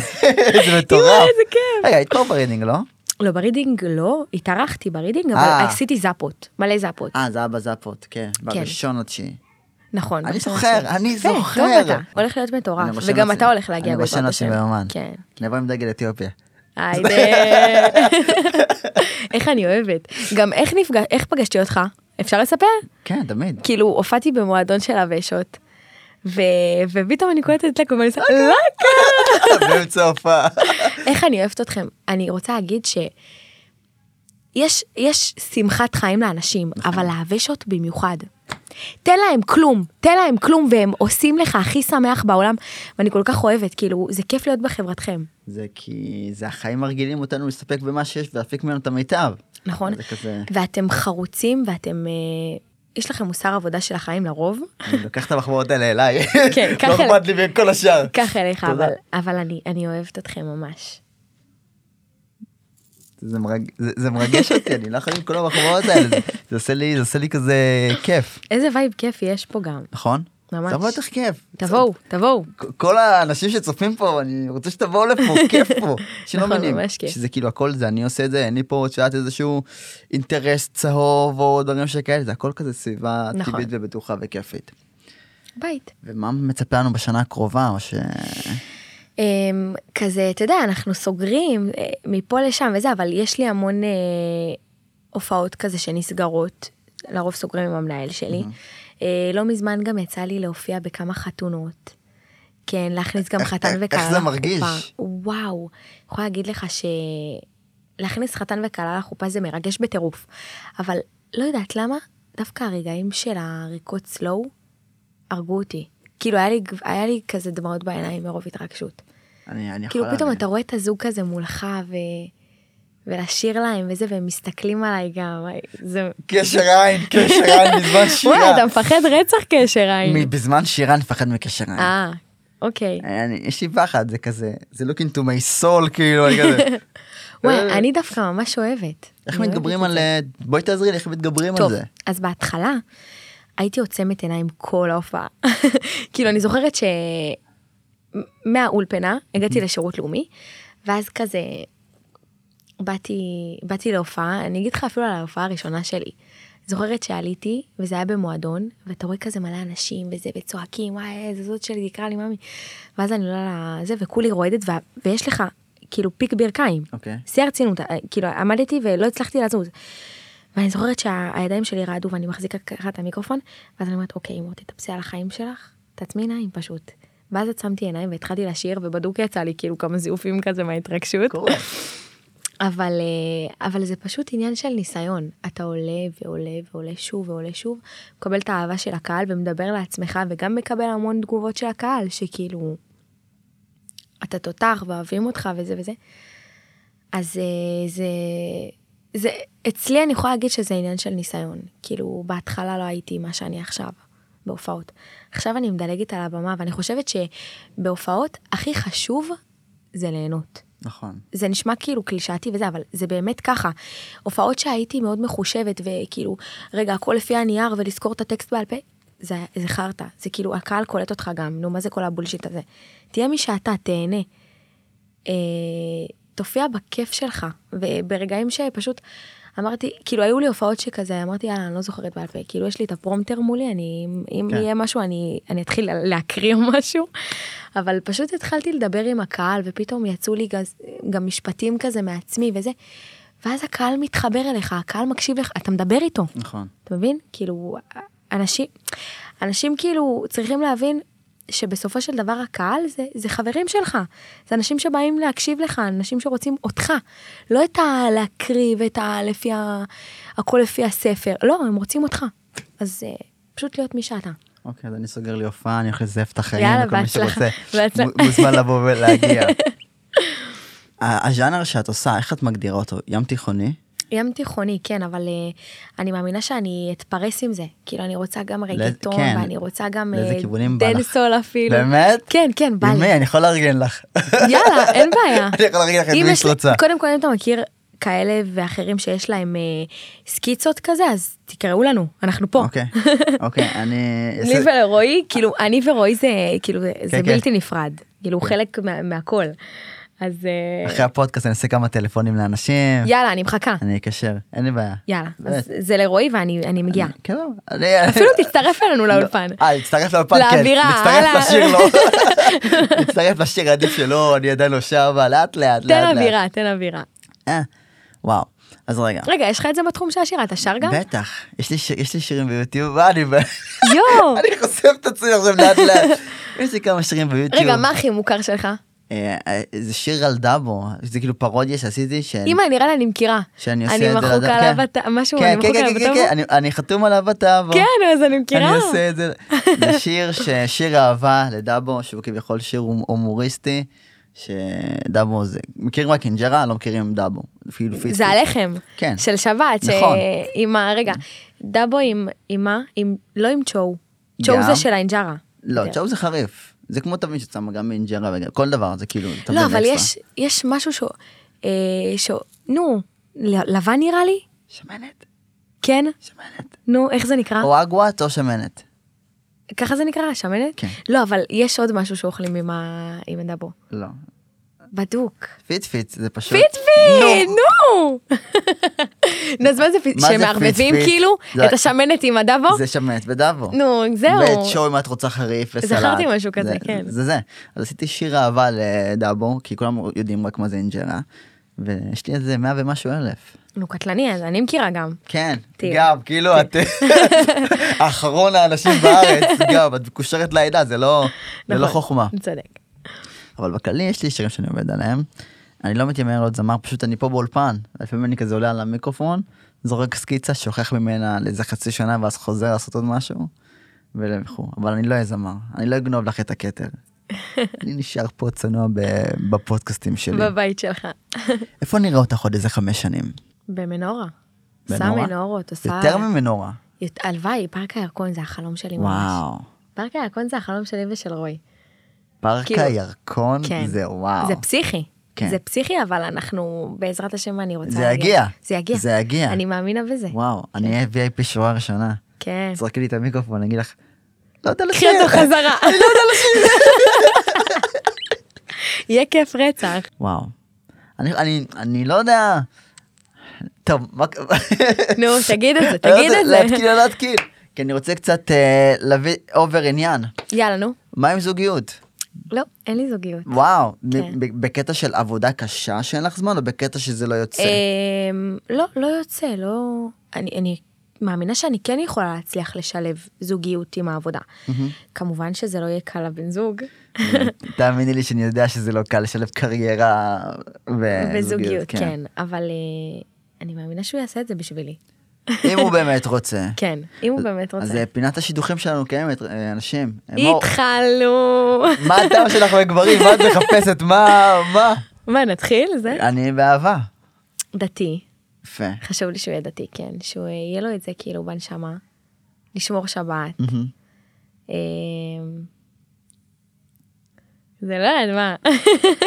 Speaker 2: יואו,
Speaker 1: מטורף.
Speaker 2: איזה כיף.
Speaker 1: רגע, היית כבר ברדינג, לא?
Speaker 2: לא, ברידינג לא, התארחתי ברידינג, אבל
Speaker 1: אה.
Speaker 2: עשיתי זאפות, מלא זאפות.
Speaker 1: אה, זה אבא זאפות, כן. בראשון התשיעי.
Speaker 2: נכון.
Speaker 1: אני
Speaker 2: נכון,
Speaker 1: זוכר,
Speaker 2: נכון.
Speaker 1: אני
Speaker 2: כן,
Speaker 1: זוכר.
Speaker 2: טוב אתה, הולך להיות מטורף,
Speaker 1: אני רושם
Speaker 2: וגם
Speaker 1: לעצמי.
Speaker 2: אתה הולך להגיע
Speaker 1: אני רושם
Speaker 2: בעזרת
Speaker 1: לעצמי
Speaker 2: השם.
Speaker 1: ביומן.
Speaker 2: כן.
Speaker 1: נבוא עם דגל אתיופיה.
Speaker 2: היידה. איך אני אוהבת. גם איך נפגש, איך פגשתי אותך? אפשר לספר?
Speaker 1: כן, תמיד.
Speaker 2: כאילו, הופעתי במועדון של הוושעות. ו... ופתאום אני קולטת את לקום ואני עושה,
Speaker 1: אה.
Speaker 2: "לק!"
Speaker 1: באמצע ההופעה.
Speaker 2: איך אני אוהבת אתכם. אני רוצה להגיד ש... יש, יש שמחת חיים לאנשים,
Speaker 1: נכון.
Speaker 2: אבל להבשות במיוחד. תן להם כלום, תן להם כלום, והם עושים לך הכי שמח בעולם, ואני כל כך אוהבת, כאילו, זה כיף להיות בחברתכם,
Speaker 1: זה כי זה החיים מרגילים אותנו להסתפק במה שיש ולהפיק ממנו את המיטב.
Speaker 2: נכון?
Speaker 1: זה כזה,
Speaker 2: ואתם חרוצים, ואתם... אה, יש לכם מוסר עבודה של החיים לרוב,
Speaker 1: אני לוקח את המחמאות האלה אליי.
Speaker 2: כן,
Speaker 1: לא
Speaker 2: ככה-
Speaker 1: אכפת לי מכל השאר.
Speaker 2: ככה אליך,
Speaker 1: תודה.
Speaker 2: אבל, אבל אני, אני אוהבת אתכם ממש.
Speaker 1: זה מרג- זה- זה מרגש אותי, אני לא יכול עם כל המחמאות האלה. זה- זה עושה לי, זה עושה לי כזה כיף,
Speaker 2: איזה וייב כיפי יש פה גם.
Speaker 1: נכון?
Speaker 2: ממש.
Speaker 1: זה הרבה יותר כיף.
Speaker 2: תבואו, תבואו.
Speaker 1: כל- כל האנשים שצופים פה, אני רוצה שתבואו לפה, כיף פה. שלא
Speaker 2: נכון,
Speaker 1: מבינים.
Speaker 2: ממש כיף.
Speaker 1: שזה כאילו הכל זה, אני עושה את זה, אין לי פה עוד שעת איזשהו אינטרס צהוב או דברים שכאלה, זה הכל כזה סביבה
Speaker 2: נכון.
Speaker 1: טבעית ובטוחה וכיפית.
Speaker 2: בית.
Speaker 1: ומה מצפה לנו בשנה הקרובה, או ש...
Speaker 2: אמ, כזה, אתה יודע, אנחנו סוגרים אה, מפה לשם וזה, אבל יש לי המון אה, הופעות כזה שנסגרות, לרוב סוגרים עם המנהל שלי.
Speaker 1: Mm-hmm.
Speaker 2: אה, לא מזמן גם יצא לי להופיע בכמה חתונות. כן, להכניס גם
Speaker 1: איך-
Speaker 2: חתן
Speaker 1: איך-
Speaker 2: וכלה.
Speaker 1: איך זה
Speaker 2: לחופה.
Speaker 1: מרגיש?
Speaker 2: וואו, אני יכולה להגיד לך ש... להכניס חתן וכלה לחופה זה מרגש בטירוף, אבל לא יודעת למה, דווקא הרגעים של הריקוד סלואו הרגו אותי. כאילו היה לי, היה לי כזה דמעות בעיניים מרוב התרגשות.
Speaker 1: אני, אני יכול...
Speaker 2: כאילו פתאום
Speaker 1: להבין.
Speaker 2: אתה רואה את הזוג כזה מולך ו... ולשיר להם וזה והם מסתכלים עליי גם זה
Speaker 1: קשר עין, קשר עין בזמן
Speaker 2: וואי
Speaker 1: שירה.
Speaker 2: אתה מפחד רצח קשר עין.
Speaker 1: מ- בזמן שירה אני מפחד מקשר עין.
Speaker 2: אה אוקיי
Speaker 1: אני- יש לי פחד, זה כזה, זה look into my soul, כאילו, אני כזה.
Speaker 2: וואי אני דווקא ממש אוהבת.
Speaker 1: אה, איך
Speaker 2: אני
Speaker 1: מתגברים על...
Speaker 2: אוהבת את זה.
Speaker 1: אה, בואי תעזרי לי, איך מתגברים על
Speaker 2: לא טוב
Speaker 1: זה?
Speaker 2: אז בהתחלה הייתי עוצמת עיניים כל ההופעה כאילו אני זוכרת ש... מהאולפנה הגעתי
Speaker 1: Mm.
Speaker 2: לשירות לאומי ואז כזה באתי באתי להופעה אני אגיד לך אפילו על ההופעה הראשונה שלי. זוכרת שעליתי וזה היה במועדון ואתה רואה כזה מלא אנשים וזה וצועקים וואי איזה זאת שלי תקרא לי מאמי. ואז אני עולה לזה וכולי רועדת ו... ויש לך כאילו פיק ברכיים.
Speaker 1: אוקיי.
Speaker 2: שיא הרצינות אה, כאילו עמדתי ולא הצלחתי לזוז. ואני זוכרת שהידיים שלי רעדו ואני מחזיקה ככה את המיקרופון ואז אני אומרת אוקיי אמור תטפסי על החיים שלך תעצמי עיניים פשוט. ואז עצמתי עיניים והתחלתי לשיר ובדוק יצא לי כאילו כמה זיופים כזה מההתרגשות.
Speaker 1: קורה.
Speaker 2: אבל, אה, אבל זה פשוט עניין של ניסיון. אתה עולה ועולה ועולה שוב ועולה שוב, מקבל את האהבה של הקהל ומדבר לעצמך, וגם מקבל המון תגובות של הקהל, שכאילו, אתה תותח ואוהבים אותך וזה וזה. אז אה, זה, זה, אצלי אני יכולה להגיד שזה עניין של ניסיון. כאילו, בהתחלה לא הייתי מה שאני עכשיו, בהופעות. עכשיו אני מדלגת על הבמה, ואני חושבת שבהופעות הכי חשוב זה ליהנות.
Speaker 1: נכון.
Speaker 2: זה נשמע כאילו קלישאתי וזה, אבל זה באמת ככה. הופעות שהייתי מאוד מחושבת, וכאילו, רגע, הכל לפי הנייר ולזכור את הטקסט בעל פה, זה, זה חרטא. זה כאילו, הקהל קולט אותך גם, נו, מה זה כל הבולשיט הזה? תהיה מי שאתה, תהנה. אה, תופיע בכיף שלך, וברגעים שפשוט אמרתי, כאילו, היו לי הופעות שכזה, אמרתי, יאללה, אני לא זוכרת בעל פה. כאילו, יש לי את הפרומטר מולי, אני, אם
Speaker 1: כן.
Speaker 2: יהיה משהו, אני, אני אתחיל להקריא או משהו. אבל פשוט התחלתי לדבר עם הקהל, ופתאום יצאו לי גז, גם משפטים כזה מעצמי וזה. ואז הקהל מתחבר אליך, הקהל מקשיב לך, אתה מדבר איתו.
Speaker 1: נכון.
Speaker 2: אתה מבין? כאילו, אנשים, אנשים כאילו צריכים להבין שבסופו של דבר הקהל זה, זה חברים שלך. זה אנשים שבאים להקשיב לך, אנשים שרוצים אותך. לא את הלהקריא ואת ה... לפי ה... הכל לפי הספר. לא, הם רוצים אותך. אז אה, פשוט להיות מי שאתה.
Speaker 1: אוקיי, אז אני סוגר לי הופעה, אני הולך לזייף את החיים,
Speaker 2: יאללה,
Speaker 1: כל מי
Speaker 2: בהצלחה,
Speaker 1: שרוצה,
Speaker 2: בהצלחה.
Speaker 1: מ- מוזמן לבוא ולהגיע. ה- הז'אנר שאת עושה, איך את מגדירה אותו? ים תיכוני?
Speaker 2: ים תיכוני, כן, אבל אה, אני מאמינה שאני אתפרס עם זה. כאילו, אני רוצה גם רגטון,
Speaker 1: כן.
Speaker 2: ואני רוצה גם
Speaker 1: לאיזה
Speaker 2: אה,
Speaker 1: כיוונים בא לך?
Speaker 2: דנסול אפילו.
Speaker 1: באמת?
Speaker 2: כן, כן, בא לי.
Speaker 1: ימי, אני יכול לארגן לך.
Speaker 2: יאללה, אין בעיה.
Speaker 1: אני יכול להגיד לך את
Speaker 2: אם
Speaker 1: מי
Speaker 2: יש
Speaker 1: שאת
Speaker 2: לי-
Speaker 1: רוצה.
Speaker 2: קודם כל, אם אתה מכיר כאלה ואחרים שיש להם אה, סקיצות כזה, אז תקראו לנו, אנחנו פה.
Speaker 1: אוקיי, אוקיי, אני...
Speaker 2: לי ולרועי, כאילו, אני ורועי זה, כאילו, זה- זה
Speaker 1: כן.
Speaker 2: בלתי נפרד. כאילו, הוא חלק מה- מהכל. אז אה,
Speaker 1: אחרי הפודקאסט אני אעשה כמה טלפונים לאנשים,
Speaker 2: יאללה, אני מחכה.
Speaker 1: אני אקשר, אין לי בעיה.
Speaker 2: יאללה,
Speaker 1: באמת.
Speaker 2: אז זה לרועי ואני אני מגיעה.
Speaker 1: כן, לא, אני...
Speaker 2: אפילו תצטרף אלינו לאולפן.
Speaker 1: אה, להצטרף לאולפן, כן.
Speaker 2: לאווירה, הלאה.
Speaker 1: להצטרף לשיר, לא. להצטרף לשיר, עדיף שלא, אני עדיין לא שמה, לאט לאט,
Speaker 2: תן
Speaker 1: לאט לאט.
Speaker 2: אווירה, תן אווירה.
Speaker 1: אה, וואו, אז רגע.
Speaker 2: רגע, יש לך את זה בתחום של השירה, אתה שר גם?
Speaker 1: בטח, יש לי שיר- יש לי שירים ביוטיוב, מה אני...
Speaker 2: יואו!
Speaker 1: אני חושף את עצמי עכשיו לאט לאט. יש לי כמה שירים ביוטיוב.
Speaker 2: רגע, מה הכי מוכר שלך?
Speaker 1: אה, אה, זה שיר על דאבו, זה כאילו פרודיה שעשיתי, ש-
Speaker 2: אימא, נראה לי אני מכירה.
Speaker 1: כן. שאני עושה את זה.
Speaker 2: אני
Speaker 1: לדאבו.
Speaker 2: מחוק
Speaker 1: כן.
Speaker 2: עליו, אתה- משהו,
Speaker 1: כן,
Speaker 2: אני
Speaker 1: כן,
Speaker 2: מחוק
Speaker 1: כן,
Speaker 2: עליו,
Speaker 1: כן,
Speaker 2: אתה-
Speaker 1: כן, אני- אני חתום עליו בטאבו.
Speaker 2: כן, אז אני מכירה.
Speaker 1: אני עושה את זה. זה שיר, ש... שיר אהבה לדאבו, שהוא כביכול שיר הומ- הומוריסטי, שדאבו זה, מכירים רק אינג'רה, לא מכירים דאבו, אפילו פיצי.
Speaker 2: זה הלחם.
Speaker 1: כן.
Speaker 2: של שבת. אה,
Speaker 1: נכון.
Speaker 2: עם ה... רגע, דאבו עם... עם מה? עם... לא עם צ'ו. צ'ו
Speaker 1: גם.
Speaker 2: זה של האינג'רה.
Speaker 1: לא, צ'או זה חריף. זה כמו תבין ששמה גם אינג'רה וגם כל דבר, זה כאילו, תבין
Speaker 2: לא, אבל
Speaker 1: אקסטרה.
Speaker 2: יש, יש משהו ש... אה, ש... נו, ל- לבן נראה לי?
Speaker 1: שמנת,
Speaker 2: כן?
Speaker 1: שמנת.
Speaker 2: נו, איך זה נקרא?
Speaker 1: או אגוואט או שמנת.
Speaker 2: ככה זה נקרא, שמנת?
Speaker 1: כן.
Speaker 2: לא, אבל יש עוד משהו שאוכלים עם, ה... עם הדאבו.
Speaker 1: לא.
Speaker 2: בדוק.
Speaker 1: פיט פיט זה פשוט.
Speaker 2: פיטפיט, נו! נו, אז מה זה פיט?
Speaker 1: מה זה
Speaker 2: שמערבבים
Speaker 1: פיט-פיט?
Speaker 2: כאילו
Speaker 1: זה-
Speaker 2: את השמנת עם הדאבו?
Speaker 1: זה שמנת ודאבו.
Speaker 2: נו, זהו.
Speaker 1: ואת שואו אם את רוצה חריף וסלט.
Speaker 2: זכרתי משהו כזה,
Speaker 1: זה,
Speaker 2: כן.
Speaker 1: זה זה. אז עשיתי שיר אהבה לדאבו, כי כולם יודעים רק מה זה אינג'רה, ויש לי איזה מאה ומשהו אלף.
Speaker 2: נו, קטלני, אז אני מכירה גם.
Speaker 1: כן,
Speaker 2: תראי.
Speaker 1: גב, כאילו את אחרון האנשים בארץ, גב, את מקושרת לעדה, זה לא זה לא
Speaker 2: נכון,
Speaker 1: חוכמה.
Speaker 2: צודק.
Speaker 1: אבל בכללי יש לי שירים שאני עובד עליהם. אני לא מתיימר להיות זמר, פשוט אני פה באולפן. לפעמים אני כזה עולה על המיקרופון, זורק סקיצה, שוכח ממנה לאיזה חצי שנה, ואז חוזר לעשות עוד משהו, ולכו. אבל אני לא אהיה זמר, אני לא אגנוב לך את הכתר. אני נשאר פה צנוע ב- בפודקאסטים שלי.
Speaker 2: בבית שלך.
Speaker 1: איפה נראה אותך עוד איזה חמש שנים?
Speaker 2: במנורה. עושה
Speaker 1: מנורה?
Speaker 2: מנורות, עושה...
Speaker 1: יותר ממנורה.
Speaker 2: יות- הלוואי, פארק הירקון זה החלום שלי ממש.
Speaker 1: וואו.
Speaker 2: פארק הירקון זה החלום שלי ושל רועי.
Speaker 1: פארק
Speaker 2: כאילו-
Speaker 1: הירקון
Speaker 2: כן.
Speaker 1: זה וואו.
Speaker 2: זה פסיכי.
Speaker 1: כן.
Speaker 2: זה פסיכי, אבל אנחנו, בעזרת השם, אני רוצה...
Speaker 1: זה
Speaker 2: להגיע.
Speaker 1: יגיע.
Speaker 2: זה יגיע.
Speaker 1: זה יגיע.
Speaker 2: אני מאמינה בזה.
Speaker 1: וואו, אני אהיה VIP שורה ראשונה.
Speaker 2: כן.
Speaker 1: תזרקי לי את המיקרופון, אני אגיד לך, לא יודע
Speaker 2: קחי
Speaker 1: לשיר.
Speaker 2: אותו חזרה. אני לא יודע לשיר. יהיה כיף רצח.
Speaker 1: וואו. אני, אני, אני לא יודע... טוב, מה...
Speaker 2: נו, תגיד את זה,
Speaker 1: אני לא
Speaker 2: תגיד
Speaker 1: יודע,
Speaker 2: את זה.
Speaker 1: להתקיל או להתקיל. כי אני רוצה קצת אה, להביא אובר עניין.
Speaker 2: יאללה, נו.
Speaker 1: מה עם זוגיות?
Speaker 2: לא, אין לי זוגיות.
Speaker 1: וואו,
Speaker 2: כן.
Speaker 1: ב- בקטע של עבודה קשה שאין לך זמן, או בקטע שזה לא יוצא?
Speaker 2: אמ, לא, לא יוצא, לא... אני, אני מאמינה שאני כן יכולה להצליח לשלב זוגיות עם העבודה. כמובן שזה לא יהיה קל לבן זוג.
Speaker 1: תאמיני לי שאני יודע שזה לא קל לשלב קריירה וזוגיות.
Speaker 2: בזוגיות, כן. אבל אה, אני מאמינה שהוא יעשה את זה בשבילי.
Speaker 1: אם הוא באמת רוצה.
Speaker 2: כן, אם הוא באמת
Speaker 1: אז
Speaker 2: רוצה.
Speaker 1: אה, פינת השידוכים שלנו קיימת, אה, אנשים. אה, מור,
Speaker 2: התחלנו.
Speaker 1: מה הטעם שלך בגברים? מה את מחפשת? מה? מה?
Speaker 2: מה, נתחיל? זה?
Speaker 1: אני באהבה.
Speaker 2: דתי.
Speaker 1: יפה.
Speaker 2: חשוב לי שהוא יהיה דתי, כן. שהוא אה, יהיה לו את זה כאילו בנשמה.
Speaker 1: Mm-hmm.
Speaker 2: לשמור שבת.
Speaker 1: מהמם.
Speaker 2: אמ, זה לא יודעת מה.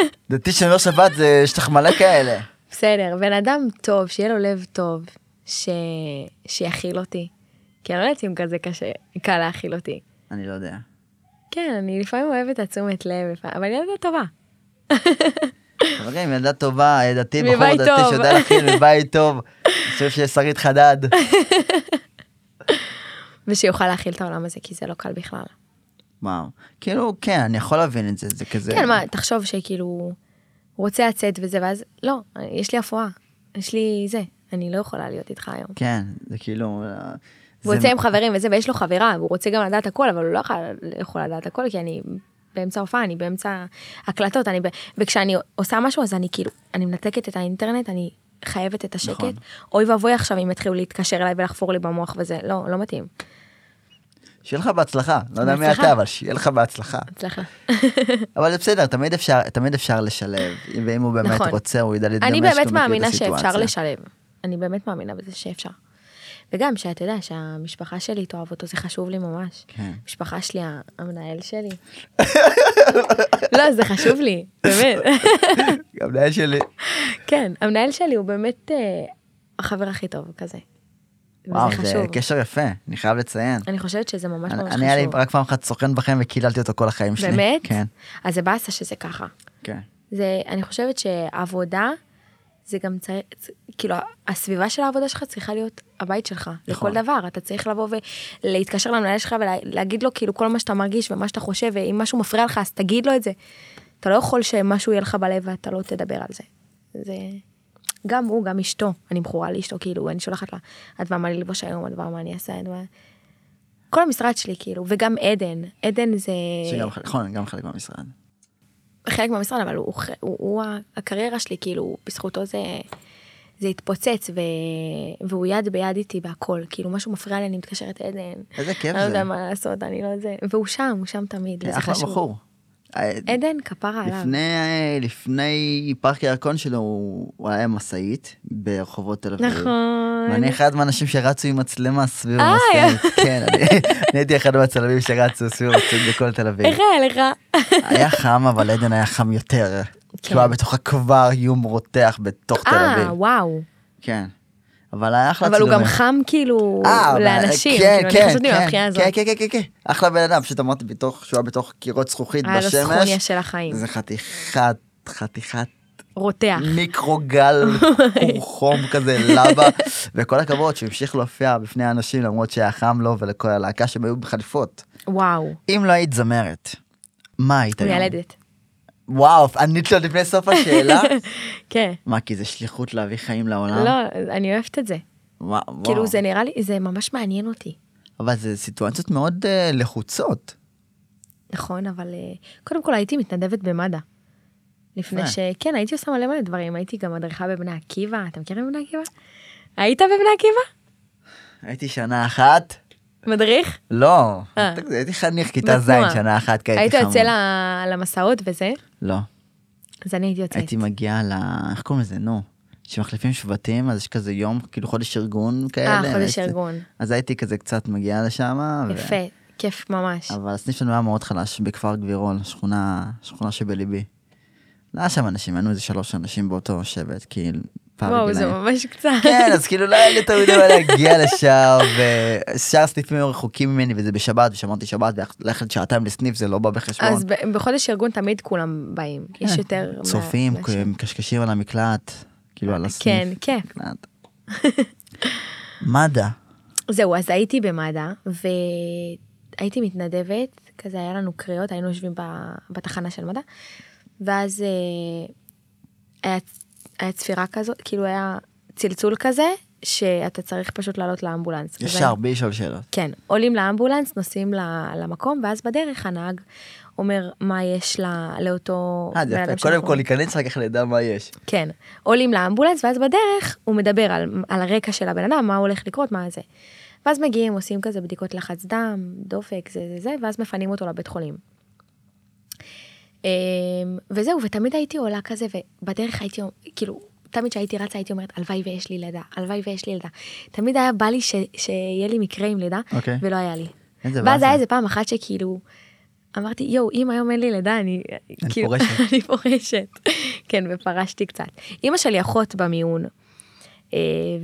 Speaker 1: דתי שאני אומר שבת, זה- יש לך מלא כאלה.
Speaker 2: בסדר, בן אדם טוב, שיהיה לו לב טוב, ש... שיכיל אותי. כי אני לא יודעת אם כזה קשה, קל להכיל אותי.
Speaker 1: אני לא יודע.
Speaker 2: כן, אני לפעמים אוהבת את התשומת לב, לפעמים- אבל אני ילדה טובה.
Speaker 1: אבל גם אם ילדה טובה, דתי, בחור
Speaker 2: מבית
Speaker 1: דתי
Speaker 2: טוב.
Speaker 1: שיודע להכין מבית טוב. אני חושב שיש שרית חדד.
Speaker 2: ושיוכל להכיל את העולם הזה, כי זה לא קל בכלל.
Speaker 1: וואו. כאילו, כן, אני יכול להבין את זה, זה כזה...
Speaker 2: כן, מה, תחשוב שכאילו, הוא רוצה לצאת וזה, ואז, לא, יש לי הפרעה, יש לי זה, אני לא יכולה להיות איתך היום.
Speaker 1: כן, זה כאילו...
Speaker 2: הוא
Speaker 1: זה-
Speaker 2: יוצא עם חברים וזה, ויש לו חברה, והוא רוצה גם לדעת הכל, אבל הוא לא יכול, לא יכול לדעת הכל, כי אני באמצע הופעה, אני באמצע הקלטות, אני ב... וכשאני עושה משהו, אז אני כאילו, אני מנתקת את האינטרנט, אני חייבת את השקט.
Speaker 1: נכון.
Speaker 2: נכון. אוי ואבוי עכשיו אם יתחילו להתקשר אליי ולחפור לי במוח וזה, לא, לא מתאים.
Speaker 1: שיהיה לך בהצלחה. לא יודע מי
Speaker 2: בהצלחה.
Speaker 1: אתה, אבל שיהיה לך בהצלחה.
Speaker 2: הצלחה.
Speaker 1: אבל זה בסדר, תמיד אפשר, תמיד אפשר לשלב. אם- ואם הוא באמת
Speaker 2: נכון.
Speaker 1: רוצה, הוא ידע להתגמש.
Speaker 2: אני
Speaker 1: כי הוא
Speaker 2: באמת
Speaker 1: מכיר את
Speaker 2: מאמינה שאפשר
Speaker 1: הסיטואציה.
Speaker 2: לשלב. אני באמת מאמינה בזה שאפשר. וגם שאתה יודע שהמשפחה שלי תאהב אותו, זה חשוב לי ממש.
Speaker 1: כן.
Speaker 2: המשפחה שלי, ה- המנהל שלי. לא, זה חשוב לי, באמת.
Speaker 1: גם לאל שלי.
Speaker 2: כן, המנהל שלי הוא באמת אה, החבר הכי טוב כזה.
Speaker 1: וואו,
Speaker 2: וזה
Speaker 1: זה
Speaker 2: חשוב.
Speaker 1: קשר יפה, אני חייב לציין.
Speaker 2: אני חושבת שזה ממש
Speaker 1: אני
Speaker 2: ממש
Speaker 1: אני היה לי
Speaker 2: חשוב.
Speaker 1: רק פעם אחת סוכן בכם וקיללתי אותו כל החיים שלי.
Speaker 2: באמת?
Speaker 1: כן,
Speaker 2: אז זה באסה שזה ככה.
Speaker 1: כן.
Speaker 2: זה, אני חושבת שעבודה, זה גם צריך, כאילו, הסביבה של העבודה שלך צריכה להיות הבית שלך,
Speaker 1: נכון.
Speaker 2: לכל דבר. אתה צריך לבוא ולהתקשר למנהל שלך ולהגיד לו כאילו כל מה שאתה מרגיש ומה שאתה חושב, ואם משהו מפריע לך אז תגיד לו את זה. אתה לא יכול שמשהו יהיה לך בלב ואתה לא תדבר על זה. זה... גם הוא, גם אשתו, אני מכורה לאשתו, כאילו, אני שולחת לה, את מה מה לי לבוש היום, את מה מה אני אעשה, את מה... כל המשרד שלי, כאילו, וגם עדן, עדן זה...
Speaker 1: שגם ח- נכון, גם חלק מהמשרד.
Speaker 2: חלק מהמשרד, אבל הוא, ח- הוא, הוא ה- הקריירה שלי, כאילו, בזכותו זה, זה התפוצץ, ו, והוא יד ביד איתי בהכל, כאילו, משהו מפריע לי, אני מתקשרת עדן.
Speaker 1: איזה כיף
Speaker 2: אני לא
Speaker 1: זה.
Speaker 2: יודע מה לעשות, אני לא זה, והוא שם, הוא שם תמיד,
Speaker 1: כן,
Speaker 2: וזה
Speaker 1: אחלה
Speaker 2: חשוב.
Speaker 1: בחור. אה,
Speaker 2: עדן, כפרה עליו.
Speaker 1: לפני, לפני פארק הירקון שלו הוא הוא היה עם משאית ברחובות תל אביב.
Speaker 2: נכון.
Speaker 1: ואני אחד מהאנשים שרצו עם מצלמה סביב
Speaker 2: אה,
Speaker 1: המשאית. כן, אני אני הייתי אחד מהצלמים שרצו סביב המשאית בכל תל אביב.
Speaker 2: איך היה לך?
Speaker 1: היה חם, אבל עדן היה חם יותר. כי הוא היה בתוך הכבר איום רותח בתוך תל
Speaker 2: כן. אה,
Speaker 1: אביב.
Speaker 2: וואו.
Speaker 1: כן. אבל היה אחלה
Speaker 2: אבל הוא גם
Speaker 1: צילומים.
Speaker 2: חם, כאילו,
Speaker 1: אה, אבל-
Speaker 2: לאנשים.
Speaker 1: כן,
Speaker 2: כאילו,
Speaker 1: כן,
Speaker 2: אני חושבת
Speaker 1: כן,
Speaker 2: מהבחינה הזאת.
Speaker 1: כן, כן, כן, כן, כן, אחלה בן אדם, פשוט אמרתי בתוך, שהוא היה בתוך קירות זכוכית
Speaker 2: היה לו סכוניה
Speaker 1: כן, בשמש,
Speaker 2: של החיים.
Speaker 1: זה חתיכת, חתיכת
Speaker 2: רותח.
Speaker 1: מיקרוגל, חום כזה, לבה, וכל הכבוד שהמשיך להופיע בפני האנשים למרות שהיה חם לו ולכל הלהקה שהם היו בחליפות.
Speaker 2: וואו.
Speaker 1: אם לא היית זמרת, מה היית היום?
Speaker 2: מיילדת.
Speaker 1: וואו, ענית לו לפני סוף השאלה?
Speaker 2: כן.
Speaker 1: מה, כי זה שליחות להביא חיים לעולם?
Speaker 2: לא, אני אוהבת את זה.
Speaker 1: וואו, וואו.
Speaker 2: כאילו, זה נראה לי, זה ממש מעניין אותי.
Speaker 1: אבל זה סיטואציות מאוד אה, לחוצות.
Speaker 2: נכון, אבל אה, קודם כל הייתי מתנדבת במד"א. לפני
Speaker 1: יפה.
Speaker 2: ש... כן, הייתי עושה מלא מלא דברים, הייתי גם מדריכה בבני עקיבא, אתה מכיר את בני עקיבא? היית בבני עקיבא?
Speaker 1: הייתי שנה אחת.
Speaker 2: מדריך?
Speaker 1: לא,
Speaker 2: אה.
Speaker 1: תגיד, הייתי חניך כיתה ז'
Speaker 2: בתנועה.
Speaker 1: שנה אחת כי
Speaker 2: היית
Speaker 1: הייתי חמוד.
Speaker 2: יוצא ל- למסעות וזה,
Speaker 1: לא,
Speaker 2: אז אני הייתי יוצאת.
Speaker 1: הייתי מגיעה ל... איך קוראים לזה, נו? שמחליפים שבטים, אז יש כזה יום, כאילו חודש ארגון כאלה.
Speaker 2: אה, חודש
Speaker 1: והייתי-
Speaker 2: ארגון.
Speaker 1: אז הייתי כזה קצת מגיעה לשם. ו-
Speaker 2: יפה, כיף ממש.
Speaker 1: אבל הסניף שלנו היה מאוד חלש בכפר גבירול, שכונה, שכונה שבליבי. לא היה שם אנשים, היינו איזה שלוש אנשים באותו שבט, כאילו, פער
Speaker 2: וואו, זה
Speaker 1: גילאים.
Speaker 2: ממש קצת.
Speaker 1: כן, אז כאילו לא היה לי תמיד מה להגיע לשם, ושאר הסניפים היו רחוקים ממני, וזה בשבת, ושמרתי שבת, וללכת שעתיים לסניף זה לא בא בחשבון.
Speaker 2: אז ב- בחודש ארגון תמיד כולם באים, יש
Speaker 1: כן.
Speaker 2: יותר... מה-
Speaker 1: צופים,
Speaker 2: מה-
Speaker 1: מקשקשים על המקלט, כאילו על הסניף.
Speaker 2: כן, כיף.
Speaker 1: מקלט. מד"א,
Speaker 2: זהו, אז הייתי במד"א, והייתי מתנדבת, כזה היה לנו קריאות, היינו יושבים ב- בתחנה של מד"א, ואז אה, היה, היה צפירה כזאת, כאילו היה צלצול כזה, שאתה צריך פשוט לעלות לאמבולנס. וזה-
Speaker 1: ישר, בלי לשאול שאלות.
Speaker 2: כן, עולים לאמבולנס, נוסעים ל- למקום, ואז בדרך הנהג אומר מה יש לה, לאותו...
Speaker 1: אה, זה
Speaker 2: בן אדם
Speaker 1: יפה,
Speaker 2: שאנחנו-
Speaker 1: קודם כל להיכנס, אחר כך נדע מה יש.
Speaker 2: כן, עולים לאמבולנס ואז בדרך הוא מדבר על, על הרקע של הבן אדם, מה הולך לקרות, מה זה. ואז מגיעים, עושים כזה בדיקות לחץ דם, דופק, זה זה זה, ואז מפנים אותו לבית חולים. אמ, וזהו, ותמיד הייתי עולה כזה, ובדרך הייתי, כאילו, תמיד כשהייתי רצה הייתי אומרת, הלוואי ויש לי לידה, הלוואי ויש לי לידה. תמיד היה בא לי ש, שיהיה לי מקרה עם לידה,
Speaker 1: אוקיי.
Speaker 2: ולא היה לי.
Speaker 1: איזה
Speaker 2: ואז
Speaker 1: באסה.
Speaker 2: היה איזה פעם אחת שכאילו, אמרתי, יואו, אם היום אין לי לידה, אני... כאילו,
Speaker 1: אני פורשת.
Speaker 2: אני פורשת. כן, ופרשתי קצת. אימא שלי אחות במיון, אה,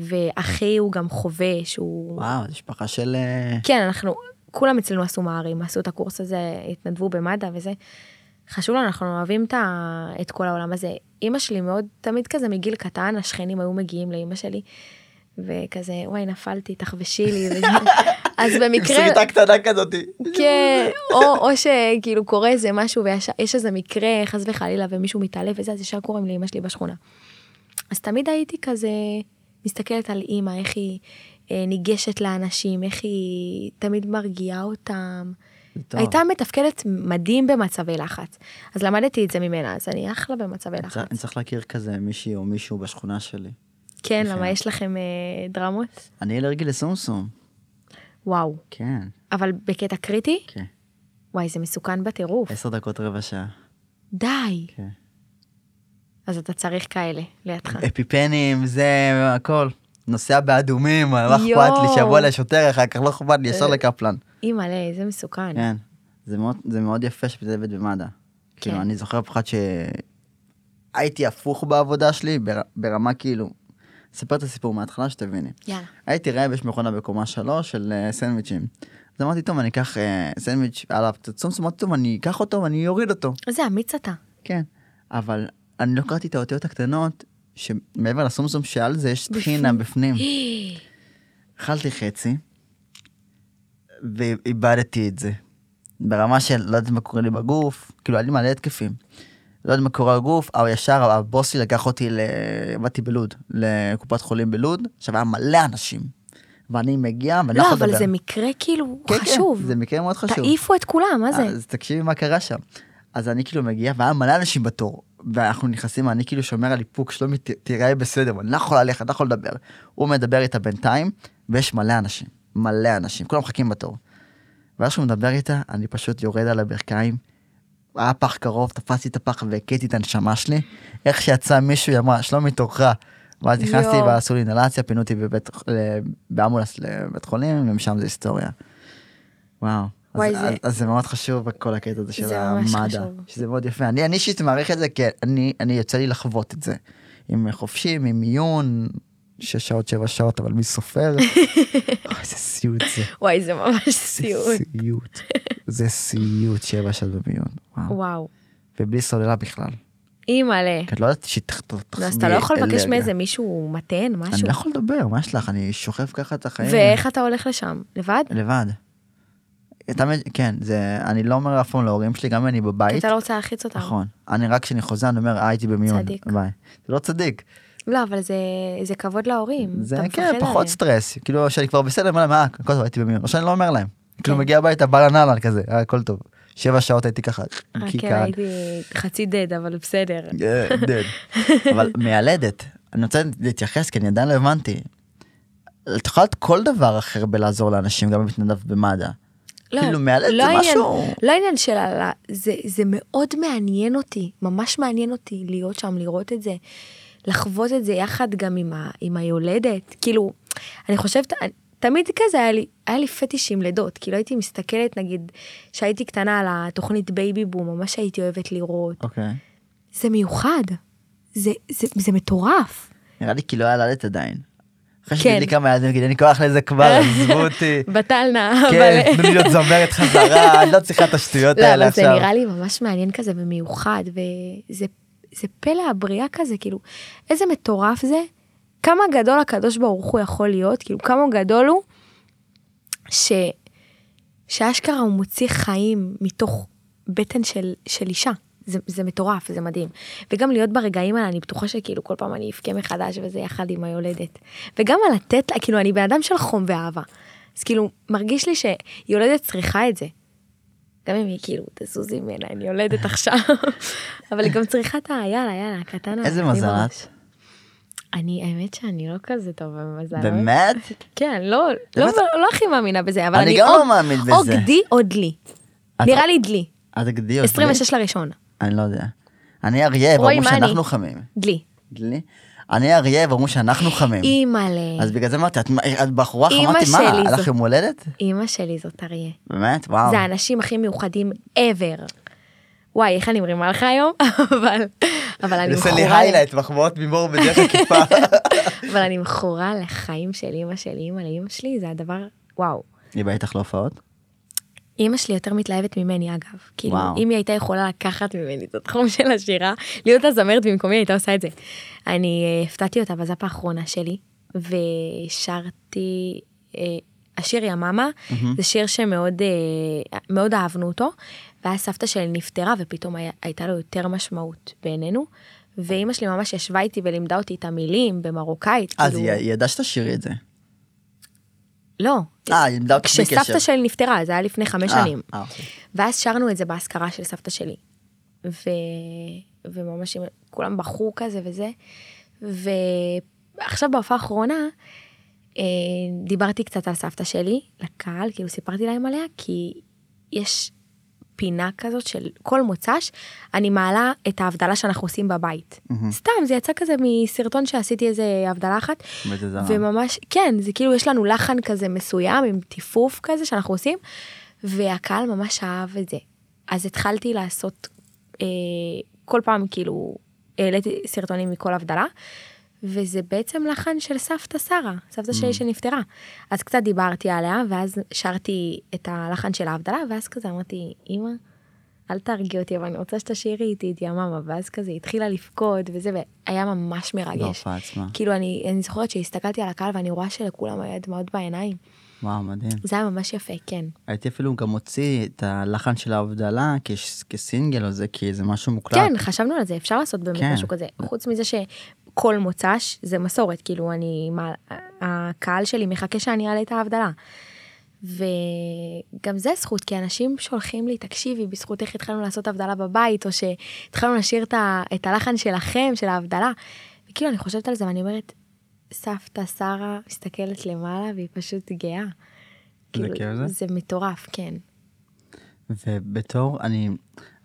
Speaker 2: ואחי הוא גם חווה שהוא...
Speaker 1: וואו, זו משפחה של... אה,
Speaker 2: כן, אנחנו, כולם אצלנו עשו מערים, עשו את הקורס הזה, התנדבו במד"א וזה. חשוב לנו, אנחנו אוהבים את, ה... את כל העולם הזה. אימא שלי מאוד, תמיד כזה מגיל קטן, השכנים היו מגיעים לאימא שלי, וכזה, וואי, נפלתי, תחבשי לי. וזה. אז
Speaker 1: עם
Speaker 2: במקרה...
Speaker 1: סריטה קטנה כזאת.
Speaker 2: כן, או, או שכאילו קורה איזה משהו ויש איזה מקרה, חס וחלילה, ומישהו מתעלף וזה, אז ישר קוראים לאמא שלי בשכונה. אז תמיד הייתי כזה מסתכלת על אימא, איך היא אה, ניגשת לאנשים, איך היא תמיד מרגיעה אותם.
Speaker 1: זה טוב.
Speaker 2: הייתה מתפקדת מדהים במצבי לחץ. אז למדתי את זה ממנה, אז אני אחלה במצבי
Speaker 1: אני צריך-
Speaker 2: לחץ.
Speaker 1: אני צריך להכיר כזה מישהי או מישהו בשכונה שלי.
Speaker 2: כן,
Speaker 1: יפה.
Speaker 2: למה יש לכם אה, דרמות?
Speaker 1: אני אלרגי לסומסום.
Speaker 2: וואו.
Speaker 1: כן,
Speaker 2: אבל בקטע קריטי?
Speaker 1: כן.
Speaker 2: וואי, זה מסוכן בטירוף.
Speaker 1: עשר דקות רבע שעה.
Speaker 2: די.
Speaker 1: כן. אה.
Speaker 2: אז אתה צריך כאלה לידך.
Speaker 1: אפיפנים, זה הכל. נוסע באדומים, לא
Speaker 2: יואו. אה.
Speaker 1: אכפת לי, שיבוא אליי שוטר אחר כך, לא אכפת לי, ישר לקפלן.
Speaker 2: אימא'לה, זה מסוכן.
Speaker 1: כן. זה מאוד- זה מאוד יפה שזה עובד במד"א. כאילו, אני זוכר פחד ש... הייתי הפוך בעבודה שלי, בר- ברמה כאילו... אספר את הסיפור מההתחלה שתביני.
Speaker 2: יאללה.
Speaker 1: הייתי רעב, יש מכונה בקומה שלוש של אה, סנדוויצ'ים. אז אמרתי, טוב, אני אקח אה, סנדוויץ' עליו קצת סומסום, אמרתי, טוב, אני אקח אותו ואני אוריד אותו.
Speaker 2: איזה אמיץ אתה.
Speaker 1: כן, אבל אני לא קראתי את האותיות הקטנות, שמעבר לסומסום שעל זה יש טחינה בפנים. אכלתי חצי, ואיבדתי את זה. ברמה של לא יודעת מה קורה לי בגוף, כאילו היה לי מלא התקפים. לא יודעת מה קורה בגוף, אבל ישר הבוס שלי לקח אותי, ל... באתי בלוד, לקופת חולים בלוד, עכשיו היה מלא אנשים. ואני מגיע ואני לא
Speaker 2: לא,
Speaker 1: יכול לדבר.
Speaker 2: אבל זה מקרה כאילו
Speaker 1: כן, כן,
Speaker 2: חשוב.
Speaker 1: זה מקרה מאוד חשוב. אה,
Speaker 2: תעיפו את כולם, מה זה?
Speaker 1: אז תקשיבי מה קרה שם. אז אני כאילו מגיע, והיה מלא אנשים בתור, ואנחנו נכנסים, אני כאילו שומר על איפוק, שלומי ת- תיראה בסדר, אבל אני לא יכול ללכת, אני לא יכול לדבר. הוא מדבר איתה בינתיים, ויש מלא אנשים, מלא אנשים, כולם מחכים בתור. ואז כשהוא מדבר איתה, אני פשוט יורד על הברכיים, היה פח קרוב, תפסתי את הפח והכיתי את הנשמה שלי, איך שיצא מישהו, היא אמרה, שלומי תורך. ואז נכנסתי
Speaker 2: יואו.
Speaker 1: ועשו לי אינהלציה, פינו אותי בבית- ל- באמבולנס לבית חולים, ומשם זה היסטוריה. וואו.
Speaker 2: וואי,
Speaker 1: אז,
Speaker 2: זה-
Speaker 1: אז, אז זה מאוד חשוב כל הקטע הזה של
Speaker 2: זה ממש
Speaker 1: המד"א,
Speaker 2: חשוב.
Speaker 1: שזה מאוד יפה. אני אני אישית מעריך את זה, כי אני, אני יוצא לי לחוות את זה. עם חופשים, עם מיון, שש שעות, שבע שעות, אבל מי סופר? אוי, איזה סיוט זה.
Speaker 2: וואי, זה ממש
Speaker 1: זה
Speaker 2: סיוט.
Speaker 1: סיוט. זה סיוט, שבע שעות במיון. וואו.
Speaker 2: וואו.
Speaker 1: ובלי סוללה בכלל.
Speaker 2: אימא'לה.
Speaker 1: כי את לא יודעת שתחתור
Speaker 2: נו, אז אתה לא יכול לבקש מאיזה מישהו מתן,
Speaker 1: אני
Speaker 2: משהו?
Speaker 1: לא יכול לדבר, מה יש לך? אני שוכב ככה את החיים.
Speaker 2: ואיך אתה הולך לשם? לבד?
Speaker 1: לבד. אתה מבין, כן, זה, אני לא אומר אף פעם להורים שלי, גם אם אני
Speaker 2: כי
Speaker 1: בבית,
Speaker 2: אתה לא רוצה להלחיץ אותם.
Speaker 1: נכון. אני רק כשאני חוזר, אני אומר, אה, הייתי במיון.
Speaker 2: צדיק.
Speaker 1: ביי. זה לא צדיק.
Speaker 2: לא, אבל זה- זה כבוד להורים.
Speaker 1: זה
Speaker 2: אתה מפחד
Speaker 1: כן, פחות
Speaker 2: עליהם.
Speaker 1: סטרס. כאילו, שאני כבר בסדר, אני אומר להם, אה, הכל טוב, הייתי במיון. או שאני לא אומר להם.
Speaker 2: כן.
Speaker 1: כאילו, מגיע הביתה, בלן אהלן כזה, "אה, הכל טוב. שבע שעות הייתי ככה,
Speaker 2: אה,
Speaker 1: כי
Speaker 2: כן, הייתי חצי דד, אבל בסדר.
Speaker 1: אבל מיילדת, אני רוצה להתייחס, כי אני עדיין לא הבנתי. את יכולה להיות כל דבר אחר בלעזור לאנשים, גם אם מתנדב במד"א.
Speaker 2: לא,
Speaker 1: כאילו, מיילדת
Speaker 2: לא
Speaker 1: זה
Speaker 2: העניין-
Speaker 1: משהו...
Speaker 2: לא עניין של העלה, זה, זה מאוד מעניין אותי, ממש מעניין אותי להיות שם, לראות את זה, לחוות את זה יחד גם עם, ה, עם היולדת. כאילו, אני חושבת, אני- תמיד כזה היה לי, היה לי פטיש עם לידות, כאילו הייתי מסתכלת, נגיד, כשהייתי קטנה על התוכנית בייבי בום, ממש הייתי אוהבת לראות.
Speaker 1: אוקיי.
Speaker 2: זה מיוחד, זה, זה, זה מטורף.
Speaker 1: נראה לי כי לא ילדת עדיין. אחרי
Speaker 2: כן.
Speaker 1: שתגיד לי כמה ילדים, אין לי כוח לזה כבר, עזבו אותי.
Speaker 2: בטל נא,
Speaker 1: כן, תנו לי להיות זמרת חזרה, אני לא צריכה את השטויות
Speaker 2: לא,
Speaker 1: האלה
Speaker 2: אבל זה
Speaker 1: עכשיו.
Speaker 2: נראה לי ממש מעניין כזה ומיוחד, וזה זה פלא הבריאה כזה, כאילו, איזה מטורף זה, כמה גדול הקדוש ברוך הוא יכול להיות, כאילו, כמה גדול הוא, ש... שאשכרה הוא מוציא חיים מתוך בטן של, של אישה. זה, זה מטורף, זה מדהים. וגם להיות ברגעים האלה, אני בטוחה שכאילו כל פעם אני אבכה מחדש וזה יחד עם היולדת. וגם על לתת לה, כאילו אני בן אדם של חום ואהבה. אז כאילו, מרגיש לי שיולדת צריכה את זה. גם אם היא כאילו תזוזי ממנה, אני יולדת עכשיו. אבל היא גם צריכה את ה... יאללה, יאללה, הקטן.
Speaker 1: איזה
Speaker 2: אני
Speaker 1: מזל
Speaker 2: ממש.
Speaker 1: את?
Speaker 2: אני, האמת שאני לא כזה טובה במזל.
Speaker 1: באמת?
Speaker 2: כן, לא, לא,
Speaker 1: באמת?
Speaker 2: לא הכי מאמינה בזה, אבל
Speaker 1: אני
Speaker 2: אני...
Speaker 1: גם
Speaker 2: או-
Speaker 1: לא מאמין בזה.
Speaker 2: או גדי או דלי.
Speaker 1: את-
Speaker 2: נראה לי דלי.
Speaker 1: אז תגדי אותי.
Speaker 2: 26 לראשון.
Speaker 1: אני לא יודע. אני אריה,
Speaker 2: רועי,
Speaker 1: ברור
Speaker 2: מה אני?
Speaker 1: שאנחנו חמים.
Speaker 2: דלי.
Speaker 1: דלי. אני אריה, ואמרו שאנחנו חמים.
Speaker 2: אימא'לה.
Speaker 1: אז בגלל זה אמרתי, את, את בחורה
Speaker 2: אמא
Speaker 1: חמה, אמרתי, מה,
Speaker 2: שלי
Speaker 1: היה
Speaker 2: זו-
Speaker 1: לך יום הולדת?
Speaker 2: אימא שלי זאת אריה.
Speaker 1: באמת? וואו.
Speaker 2: זה האנשים הכי מיוחדים ever. וואי, איך אני מרימה לך היום? אבל, אבל אני
Speaker 1: עושה לי
Speaker 2: מכורה...
Speaker 1: היילייט, מחמאות ממור בדרך עקיפה.
Speaker 2: אבל אני מכורה לחיים של אימא שלי. אימא לאימא שלי זה הדבר, וואו.
Speaker 1: היא באה איתך להופעות?
Speaker 2: לא. אימא שלי יותר מתלהבת ממני אגב. כאילו,
Speaker 1: וואו.
Speaker 2: אם היא הייתה יכולה לקחת ממני את התחום של השירה, להיות הזמרת במקומי, היא הייתה עושה את זה. אני אה, הפתעתי אותה בזאפ האחרונה שלי, ושרתי... אה, השיר יממה, זה שיר שמאוד אה, מאוד אהבנו אותו, ואז סבתא שלי נפטרה ופתאום היה, הייתה לו יותר משמעות בעינינו, ואימא שלי ממש ישבה איתי ולימדה אותי את המילים במרוקאית.
Speaker 1: אז
Speaker 2: כאילו-
Speaker 1: היא היא ידעה שתשאירי את זה.
Speaker 2: לא.
Speaker 1: אה, היא לימדה אותך בלי קשר.
Speaker 2: כשסבתא שלי נפטרה, זה היה לפני חמש
Speaker 1: אה,
Speaker 2: שנים.
Speaker 1: אה, אוקיי.
Speaker 2: ואז שרנו את זה באזכרה של סבתא שלי. ו... וממש עם- כולם בחרו כזה וזה. ועכשיו בהופעה האחרונה, אה, דיברתי קצת על סבתא שלי לקהל, כאילו סיפרתי להם עליה, כי יש פינה כזאת של כל מוצ"ש, אני מעלה את ההבדלה שאנחנו עושים בבית.
Speaker 1: מהמם.
Speaker 2: סתם, זה יצא כזה מסרטון שעשיתי איזה הבדלה אחת,
Speaker 1: וזה זמר.
Speaker 2: וממש, כן, זה כאילו יש לנו לחן כזה מסוים עם טיפוף כזה שאנחנו עושים, והקהל ממש אהב את זה. אז התחלתי לעשות אה, כל פעם כאילו, העליתי סרטונים מכל הבדלה, וזה בעצם לחן של סבתא שרה, סבתא שלי שנפטרה. אז קצת דיברתי עליה, ואז שרתי את הלחן של ההבדלה, ואז כזה אמרתי, אמא, אל תהרגי אותי, אבל אני רוצה שתשאירי איתי את יממה, ואז כזה היא התחילה לבכות וזה, והיה ממש מרגש.
Speaker 1: בהופעה עצמה.
Speaker 2: כאילו, אני, אני זוכרת שהסתכלתי על הקהל ואני רואה שלכולם היה דמעות בעיניים.
Speaker 1: וואו, מדהים.
Speaker 2: זה היה ממש יפה, כן.
Speaker 1: הייתי אפילו גם מוציא את הלחן של ההבדלה כש- כסינגל או זה, כי זה משהו מוקלט.
Speaker 2: כן, חשבנו על זה, אפשר לעשות באמת
Speaker 1: כן.
Speaker 2: משהו כזה. חוץ מזה שכל מוצ"ש זה מסורת, כאילו, אני, מה, הקהל שלי מחכה שאני אעלה את ההבדלה. וגם זה זכות, כי אנשים שולחים לי, תקשיבי, בזכותך התחלנו לעשות הבדלה בבית, או שהתחלנו לשיר את, ה, את הלחן שלכם, של ההבדלה. וכאילו, אני חושבת על זה ואני אומרת, סבתא שרה מסתכלת למעלה והיא פשוט גאה. כאילו,
Speaker 1: כיף זה?
Speaker 2: זה מטורף, כן.
Speaker 1: ובתור, אני,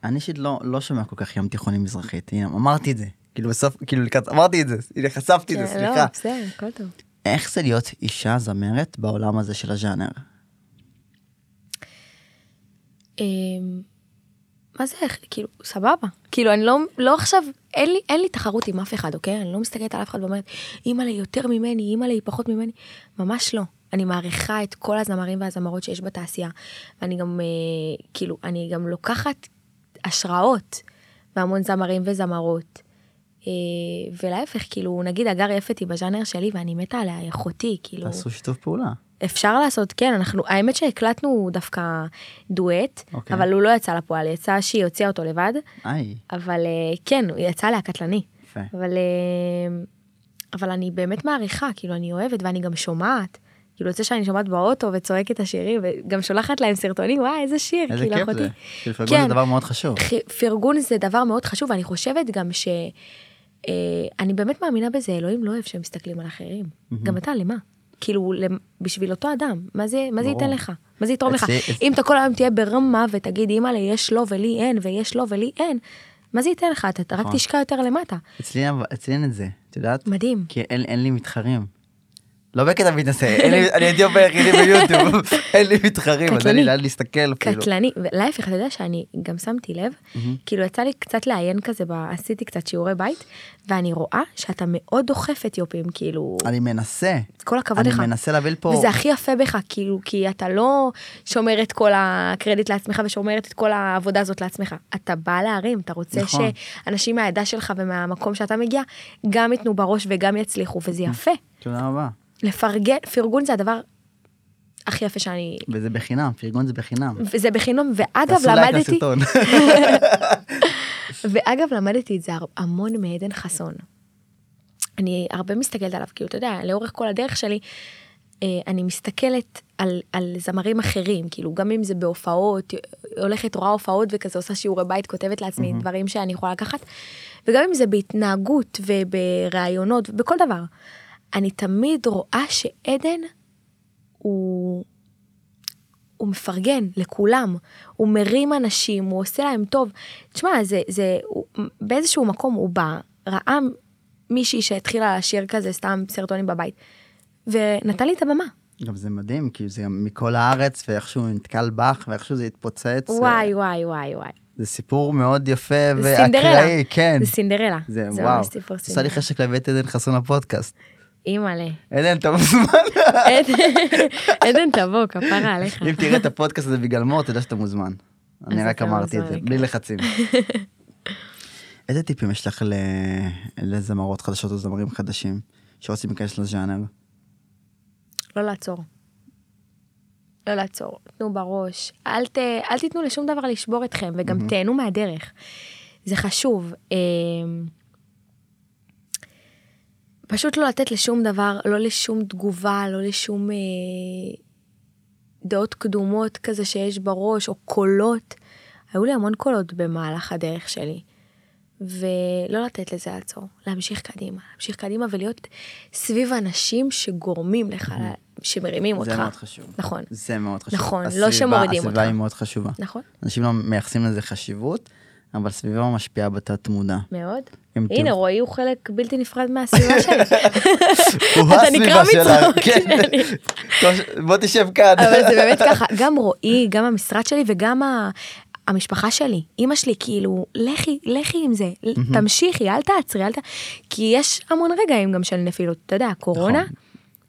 Speaker 1: אני אישית לא, לא שומע כל כך ים תיכוני מזרחית, הנה, אמרתי את זה. כאילו בסוף, כאילו לקראת, אמרתי את זה, הנה חשפתי את זה,
Speaker 2: כן, לא,
Speaker 1: סליחה.
Speaker 2: בסדר, הכל טוב.
Speaker 1: איך זה להיות אישה זמרת בעולם הזה של הז'אנר?
Speaker 2: אמ, מה זה, איך- כאילו, סבבה. כאילו, אני לא, לא עכשיו, אין לי, אין לי תחרות עם אף אחד, אוקיי? אני לא מסתכלת על אף אחד ואומרת, אימא'לה היא יותר ממני, אימא'לה היא פחות ממני. ממש לא. אני מעריכה את כל הזמרים והזמרות שיש בתעשייה. אני גם, אה, כאילו, אני גם לוקחת השראות מהמון זמרים וזמרות. אה, ולהפך, כאילו, נגיד הגר יפת היא בז'אנר שלי ואני מתה עליה, היא אחותי, כאילו.
Speaker 1: תעשו שיתוף פעולה.
Speaker 2: אפשר לעשות, כן, אנחנו, האמת שהקלטנו דווקא דואט, okay.
Speaker 1: אוקיי.
Speaker 2: אבל הוא לא יצא לפועל, יצא שהיא הוציאה אותו לבד,
Speaker 1: היי,
Speaker 2: אבל אה, כן, הוא יצא לה קטלני.
Speaker 1: יפה.
Speaker 2: אבל, אה, אבל אני באמת מעריכה, כאילו, אני אוהבת ואני גם שומעת. כאילו, יוצא שאני שומעת באוטו וצועקת את השירים, וגם שולחת להם סרטונים, וואי, איזה שיר,
Speaker 1: איזה
Speaker 2: כאילו,
Speaker 1: כיף
Speaker 2: אחותי. כן.
Speaker 1: זה. כאילו פרגון זה דבר מאוד חשוב.
Speaker 2: ח- פרגון זה דבר מאוד חשוב, ואני חושבת גם ש... אה, אני באמת מאמינה בזה, אלוהים לא אוהב שהם מסתכלים על אחרים. גם אתה, למה? כאילו, למ- בשביל אותו אדם, מה זה, מה זה
Speaker 1: ברור.
Speaker 2: ייתן לך? מה זה יתרום לך?
Speaker 1: אצלי- אצ-
Speaker 2: אם אתה כל היום תהיה ברמה ותגיד, אימא'לה, יש לו ולי אין, ויש לו ולי אין, מה זה ייתן לך? אתה- אתה רק
Speaker 1: נכון.
Speaker 2: תשקע יותר למטה.
Speaker 1: אצלי אבל- אצלי אין את זה, את יודעת?
Speaker 2: מדהים.
Speaker 1: כי אין אין לי מתחרים. לא בקטע מתנשא, אין לי- אני האתיופי היחידי ביוטיוב, אין לי מתחרים, אז אין לי
Speaker 2: קטלני.
Speaker 1: לאן להסתכל אפילו.
Speaker 2: קטלני, ולהפך, אתה יודע שאני גם שמתי לב, כאילו יצא לי קצת לעיין כזה, ב- עשיתי קצת שיעורי בית, ואני רואה שאתה מאוד דוחף אתיופים, כאילו,
Speaker 1: אני מנסה.
Speaker 2: כל הכבוד
Speaker 1: אני
Speaker 2: לך.
Speaker 1: מנסה להביא לפה...
Speaker 2: וזה הכי יפה בך, כאילו, כי אתה לא שומר את כל הקרדיט לעצמך ושומרת את כל העבודה הזאת לעצמך. אתה בא להרים, אתה רוצה
Speaker 1: נכון.
Speaker 2: שאנשים מהעדה שלך ומהמקום שאתה מגיע, גם ייתנו בראש וגם יצליחו, וזה
Speaker 1: נכון.
Speaker 2: יפה.
Speaker 1: תודה רבה.
Speaker 2: לפרגן, פרגון זה הדבר הכי יפה שאני...
Speaker 1: וזה בחינם, פרגון זה בחינם.
Speaker 2: וזה בחינום, ואגב,
Speaker 1: תעשו לייק
Speaker 2: למדתי,
Speaker 1: לסרטון.
Speaker 2: ואגב, למדתי את זה הר- המון מעדן חסון. אני הרבה מסתכלת עליו, כאילו, אתה יודע, לאורך כל הדרך שלי, אה, אני מסתכלת על, על זמרים אחרים, כאילו, גם אם זה בהופעות, הולכת, רואה הופעות וכזה, עושה שיעורי בית, כותבת לעצמי mm-hmm. דברים שאני יכולה לקחת, וגם אם זה בהתנהגות ובראיונות, בכל דבר. אני תמיד רואה שעדן הוא... הוא מפרגן לכולם, הוא מרים אנשים, הוא עושה להם טוב. תשמע, זה, זה, הוא, באיזשהו מקום הוא בא, ראה מישהי שהתחילה לשיר כזה סתם סרטונים בבית. ונתן לי את הבמה.
Speaker 1: גם זה מדהים, כי זה גם מכל הארץ, ואיכשהו נתקל בך, ואיכשהו זה התפוצץ.
Speaker 2: וואי, וואי, וואי, וואי.
Speaker 1: זה סיפור מאוד יפה
Speaker 2: זה סינדרלה.
Speaker 1: ואקראי, כן.
Speaker 2: זה סינדרלה.
Speaker 1: זה
Speaker 2: זה
Speaker 1: וואו.
Speaker 2: ממש סיפור
Speaker 1: את עושה לי
Speaker 2: סינדרלה.
Speaker 1: חשק להביא את עדן חסון לפודקאסט.
Speaker 2: אימא'לה.
Speaker 1: עדן, טוב זמן.
Speaker 2: עדן- עדן תבוא, כפרה עליך.
Speaker 1: אם תראה את הפודקאסט הזה בגלל מור, תדע שאתה מוזמן. אני
Speaker 2: אז
Speaker 1: רק
Speaker 2: אתה
Speaker 1: אמרתי את זה,
Speaker 2: מוזמן,
Speaker 1: בלי
Speaker 2: כן.
Speaker 1: לחצים. איזה טיפים יש לך ל- לזמרות חדשות או זמרים חדשים שרוצים להיכנס לז'אנר?
Speaker 2: לא לעצור. לא לעצור, תנו בראש. אל, ת, אל תיתנו לשום דבר לשבור אתכם, וגם mm-hmm. תהנו מהדרך. זה חשוב. אה, פשוט לא לתת לשום דבר, לא לשום תגובה, לא לשום אה, דעות קדומות כזה שיש בראש, או קולות. היו לי המון קולות במהלך הדרך שלי. ולא לתת לזה לעצור, להמשיך קדימה, להמשיך קדימה ולהיות סביב אנשים שגורמים לך, שמרימים אותך.
Speaker 1: זה מאוד חשוב.
Speaker 2: נכון,
Speaker 1: זה מאוד חשוב.
Speaker 2: נכון, לא
Speaker 1: הסביבה-
Speaker 2: שמורידים
Speaker 1: הסביבה
Speaker 2: אותך.
Speaker 1: היא מאוד חשובה.
Speaker 2: נכון,
Speaker 1: אנשים לא מייחסים לזה חשיבות, אבל סביבה משפיעה בתת מודע.
Speaker 2: מאוד.
Speaker 1: אם
Speaker 2: הנה,
Speaker 1: תרצו.
Speaker 2: רועי הוא חלק בלתי נפרד מהסביבה שלי.
Speaker 1: הוא
Speaker 2: אתה
Speaker 1: הסביבה
Speaker 2: נקרע
Speaker 1: שלך,
Speaker 2: מצחוק,
Speaker 1: כן.
Speaker 2: אני-
Speaker 1: טוב, ש- בוא תשב כאן.
Speaker 2: אבל זה באמת ככה, גם רועי, גם המשרד שלי וגם ה... המשפחה שלי, אימא שלי, כאילו, לכי, לכי עם זה, תמשיכי, אל תעצרי, אל ת... כי יש המון רגעים גם של נפילות, אתה יודע, הקורונה
Speaker 1: נכון.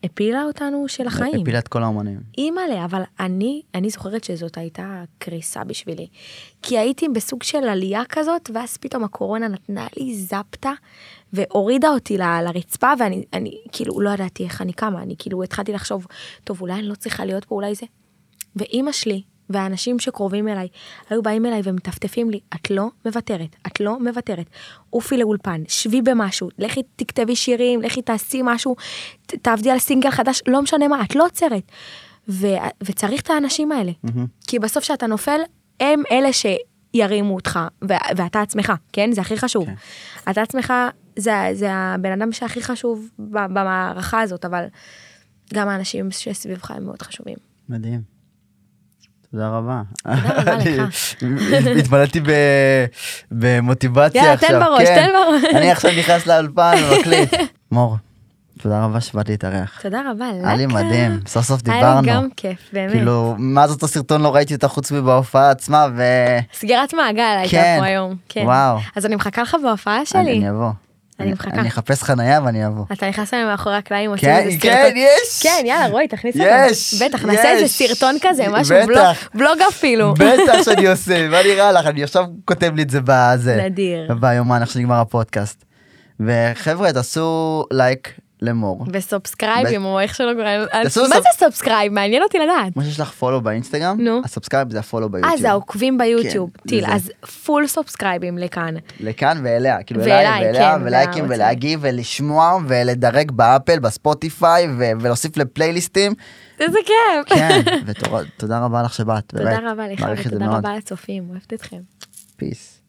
Speaker 2: הפילה אותנו של החיים.
Speaker 1: הפילת כל האומנים.
Speaker 2: אימא'לה, אבל אני, אני זוכרת שזאת הייתה קריסה בשבילי. כי הייתי בסוג של עלייה כזאת, ואז פתאום הקורונה נתנה לי זפטה, והורידה אותי ל- לרצפה, ואני אני, כאילו לא ידעתי איך אני קמה, אני כאילו התחלתי לחשוב, טוב, אולי אני לא צריכה להיות פה, אולי זה. ואימא שלי, והאנשים שקרובים אליי, היו באים אליי ומטפטפים לי, את לא מוותרת, את לא מוותרת. עופי לאולפן, שבי במשהו, לכי תכתבי שירים, לכי תעשי משהו, ת- תעבדי על סינגל חדש, לא משנה מה, את לא עוצרת. ו- וצריך את האנשים האלה, כי בסוף כשאתה נופל, הם אלה שירימו אותך, ו- ואתה עצמך, כן? זה הכי חשוב.
Speaker 1: כן.
Speaker 2: אתה עצמך, זה, זה הבן אדם שהכי חשוב ב- במערכה הזאת, אבל גם האנשים שסביבך הם מאוד חשובים.
Speaker 1: מדהים. תודה רבה.
Speaker 2: תודה רבה
Speaker 1: אני-
Speaker 2: לך.
Speaker 1: התמלאתי ב- במוטיבציה
Speaker 2: יאללה, תן
Speaker 1: עכשיו.
Speaker 2: בראש,
Speaker 1: כן.
Speaker 2: תן בראש.
Speaker 1: אני עכשיו נכנס לאולפן ומקליט. מור, תודה רבה שבאת להתארח.
Speaker 2: תודה רבה, לקה.
Speaker 1: היה לי מדהים, סוף סוף
Speaker 2: היה לי
Speaker 1: דיברנו.
Speaker 2: גם כיף, באמת.
Speaker 1: כאילו, מאז אותו סרטון לא ראיתי אותה חוץ מבהופעה עצמה, ו...
Speaker 2: סגירת מעגל הייתה
Speaker 1: כן.
Speaker 2: פה היום. כן.
Speaker 1: וואו.
Speaker 2: אז אני מחכה לך בהופעה
Speaker 1: אני
Speaker 2: שלי.
Speaker 1: אני אבוא.
Speaker 2: אני מחכה.
Speaker 1: אני אחפש חניה ואני אבוא.
Speaker 2: אתה נכנס אליי מאחורי הקלעים, עושים
Speaker 1: כן,
Speaker 2: איזה סרטון.
Speaker 1: כן, יש!
Speaker 2: כן, יאללה, רועי, תכניס אותם.
Speaker 1: יש,
Speaker 2: בטח, נעשה איזה
Speaker 1: יש.
Speaker 2: סרטון כזה, משהו,
Speaker 1: בטח.
Speaker 2: בלוג, בלוג אפילו.
Speaker 1: בטח שאני עושה, מה נראה לך? אני עכשיו כותב לי את זה בזה.
Speaker 2: נדיר.
Speaker 1: ביומן, איך שנגמר הפודקאסט. וחבר'ה, תעשו לייק למור.
Speaker 2: וסובסקרייבים, או איך שלא קוראים.
Speaker 1: תעשו
Speaker 2: מה
Speaker 1: סוב-
Speaker 2: זה סובסקרייב? מעניין אותי לדעת.
Speaker 1: כמו שיש לך פולו באינסטגרם,
Speaker 2: נו.
Speaker 1: הסאבסקרייב זה הפולו ביוטיוב.
Speaker 2: אה, זה העוקבים ביוטיוב.
Speaker 1: כן,
Speaker 2: טיל,
Speaker 1: זה-
Speaker 2: אז פול סובסקרייבים לכאן.
Speaker 1: לכאן ואליה, כאילו
Speaker 2: ואליי,
Speaker 1: אליי ואליה,
Speaker 2: כן,
Speaker 1: ולייקים
Speaker 2: לערוץ
Speaker 1: ולהגיב ולשמוע ולדרג באפל, בספוטיפיי, ו- ולהוסיף לפלייליסטים.
Speaker 2: איזה כיף.
Speaker 1: כן, ותודה רבה לך שבאת, באמת.
Speaker 2: תודה רבה לך,
Speaker 1: מעריך את זה
Speaker 2: ותודה
Speaker 1: מאוד.
Speaker 2: רבה לצופים, אוהבת אתכם.
Speaker 1: פיס.